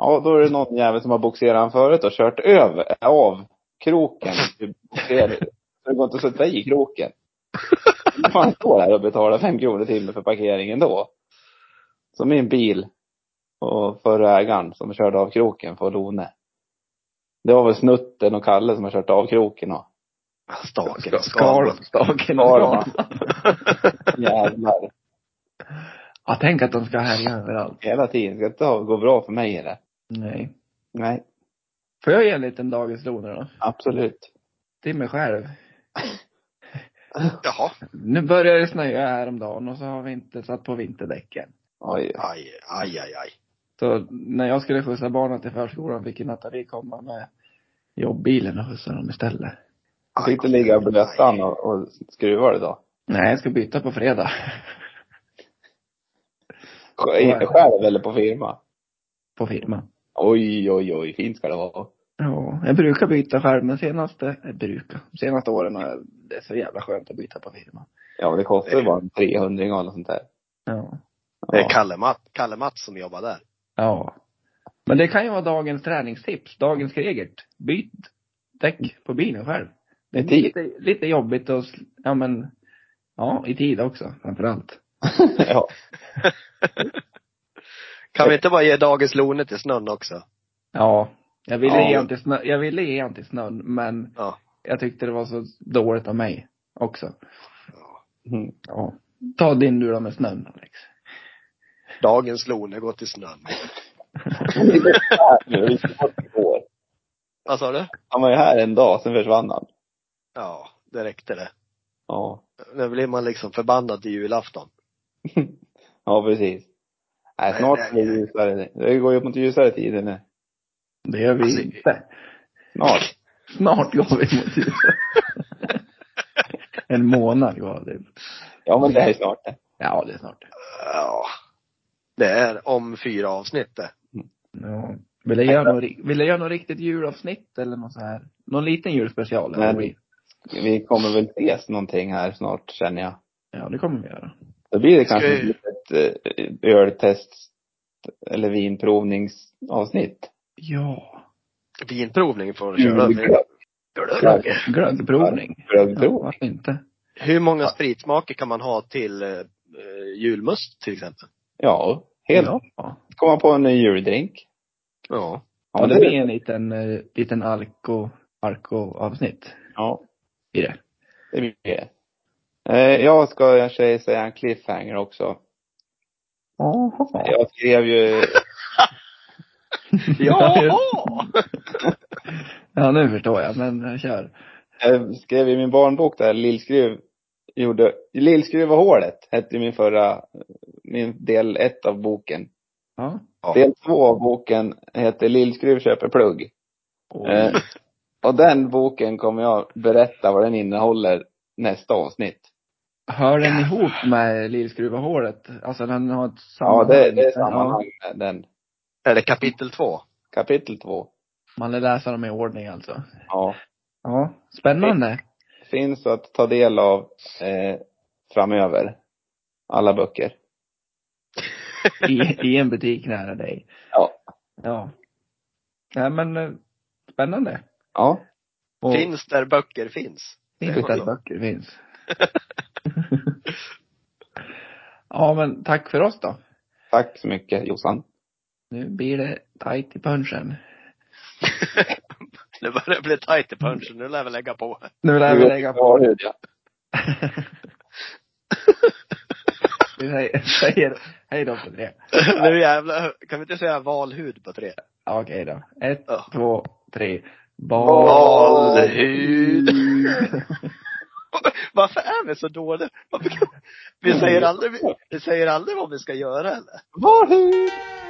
Speaker 4: Ja, då är det någon jävel som har boxerat han förut och kört över, av kroken. till boxering. Så det går inte att sätta i kroken. Då får han stå där och betala fem kronor i timmen för parkeringen då. Så min bil och förra ägaren som körde av kroken för Lone. Det var väl Snutten och Kalle som har kört av kroken och
Speaker 3: Staken,
Speaker 2: Skalan.
Speaker 3: skalan.
Speaker 2: Staken och
Speaker 4: Skalan.
Speaker 2: skalan.
Speaker 4: jävlar.
Speaker 2: Ja, tänk att de ska härja överallt.
Speaker 4: Hela tiden. Ska inte ha- gå bra för mig eller?
Speaker 2: Nej.
Speaker 4: Nej,
Speaker 2: Får jag ge en liten dagens Lone då?
Speaker 4: absolut.
Speaker 2: Till mig själv.
Speaker 3: Jaha.
Speaker 2: Nu börjar det snöa häromdagen och så har vi inte satt på vinterdäcken.
Speaker 4: Oj.
Speaker 3: Aj, aj, aj, aj.
Speaker 2: Så när jag skulle skjutsa barnen till förskolan fick ju Nathalie komma med jobbbilen och skjutsa dem istället.
Speaker 4: Jag fick inte ligga och blöta och, och skruva det då.
Speaker 2: Nej, jag ska byta på fredag.
Speaker 4: Inte själv eller på firma?
Speaker 2: På firma.
Speaker 4: Oj, oj, oj, fint ska det vara.
Speaker 2: Ja, jag brukar byta själv men senaste, jag brukar, senaste åren har jag, det är så jävla skönt att byta på firma.
Speaker 4: Ja, men det kostar ju bara en 300 eller något sånt där.
Speaker 2: Ja.
Speaker 3: Det är
Speaker 4: Ja.
Speaker 3: Kalle Matt, Kalle Matt som jobbar där.
Speaker 2: Ja. Men det kan ju vara dagens träningstips, dagens regert. Byt däck på bilen själv. Det är
Speaker 4: I tid.
Speaker 2: lite, lite jobbigt och, ja men, ja i tid också framförallt.
Speaker 4: ja.
Speaker 3: Kan vi inte bara ge dagens Lone till snön också?
Speaker 2: Ja. Jag ville
Speaker 4: Ja.
Speaker 2: ge han till snön, jag ville ge han till snön men
Speaker 3: Ja.
Speaker 2: jag tyckte det var så dåligt av mig också.
Speaker 4: Mm.
Speaker 2: Ja. Ta din nu då med snön Alex.
Speaker 3: Dagens Lone går till snön.
Speaker 4: Det är här nu, vi ska bort igår.
Speaker 3: Vad sa du?
Speaker 4: Han var ju här en dag, sen försvann han.
Speaker 3: Ja, det räckte det.
Speaker 4: Ja.
Speaker 3: Nu blir man liksom förbannad till julafton.
Speaker 4: Ja, precis. Nej, snart blir det ljusare. Det går ju mot ljusare tider nu.
Speaker 2: Det gör vi
Speaker 3: Alltså,
Speaker 2: inte.
Speaker 4: Snart.
Speaker 2: Snart går vi mot ljuset. en månad kvar det.
Speaker 4: Ja, men det är snart det.
Speaker 2: Ja, det är snart.
Speaker 3: Ja. Det är om fyra avsnitt det.
Speaker 2: Ja. Vill jag göra något, ri- vill jag göra något riktigt julavsnitt eller något så här? Någon liten julspecial? eller?
Speaker 4: Nej. Vi kommer väl ses någonting här snart, känner jag.
Speaker 2: Ja, det kommer vi göra.
Speaker 4: Då blir det
Speaker 3: Ska
Speaker 4: kanske
Speaker 3: jag-
Speaker 4: ett litet eh, öltest eller vinprovningsavsnitt.
Speaker 2: Ja.
Speaker 3: Vinprovning får du köra.
Speaker 4: Julglögg.
Speaker 2: Glögg, glöggprovning. Ja,
Speaker 4: Glöggprov.
Speaker 2: varför inte?
Speaker 3: Hur många spritsmaker kan man ha till eh, julmust till exempel?
Speaker 4: Ja, helt
Speaker 2: Ja.
Speaker 4: komma på en ny juldrink.
Speaker 3: Ja.
Speaker 2: Ja, det blir en liten, eh, liten alko, alko-avsnitt
Speaker 4: Ja,
Speaker 2: i det.
Speaker 4: det blir det. Eh, Jag ska i och för sig säga en cliffhanger också.
Speaker 2: Jaha.
Speaker 4: Jag skrev ju,
Speaker 3: Jaha!
Speaker 2: Ja, nu förstår jag, men eh, kör.
Speaker 4: jag skrev i min barnbok där, Lillskruv gjorde, Lillskruv och hålet hette ju min förra, min del ett av boken.
Speaker 2: Ja.
Speaker 3: Ja.
Speaker 4: Del två av boken heter Lillskruv köper plugg. Eh, och den boken kommer jag berätta vad den innehåller nästa avsnitt.
Speaker 2: Hör den ihop med lillskruvahåret? Alltså den har ett
Speaker 4: Ja,
Speaker 2: sammanhang?
Speaker 4: det, det är sammanhang med den.
Speaker 3: Är det kapitel två?
Speaker 4: Kapitel två.
Speaker 2: Ja, man lär läsa dem i ordning alltså.
Speaker 4: Ja.
Speaker 2: Ja, spännande.
Speaker 4: Finns att ta del av eh, framöver. Alla böcker.
Speaker 2: I, I en butik nära dig.
Speaker 4: Ja.
Speaker 2: Ja. Nej men, eh, spännande.
Speaker 4: Ja.
Speaker 2: Och
Speaker 3: Finns där böcker finns.
Speaker 2: finns
Speaker 4: det.
Speaker 2: det att böcker finns. ja men tack för oss då.
Speaker 4: Tack så mycket Jossan.
Speaker 2: Nu blir det tight i punchen.
Speaker 3: Det börjar bli tight i punchen, nu lär vi lägga på.
Speaker 2: Nu lär vi lägga på.
Speaker 4: Ja, ja.
Speaker 2: Vi säger, säger hej då på tre.
Speaker 3: Nu jävlar, kan vi inte säga valhud på tre?
Speaker 2: Ja, Okej då. Ett,
Speaker 3: Ja.
Speaker 2: två, tre. Bal.
Speaker 3: Valhud! Varför är vi så dåliga? Varför kan... vi, säger aldrig, vi säger aldrig vad vi ska göra eller?
Speaker 4: Varhud!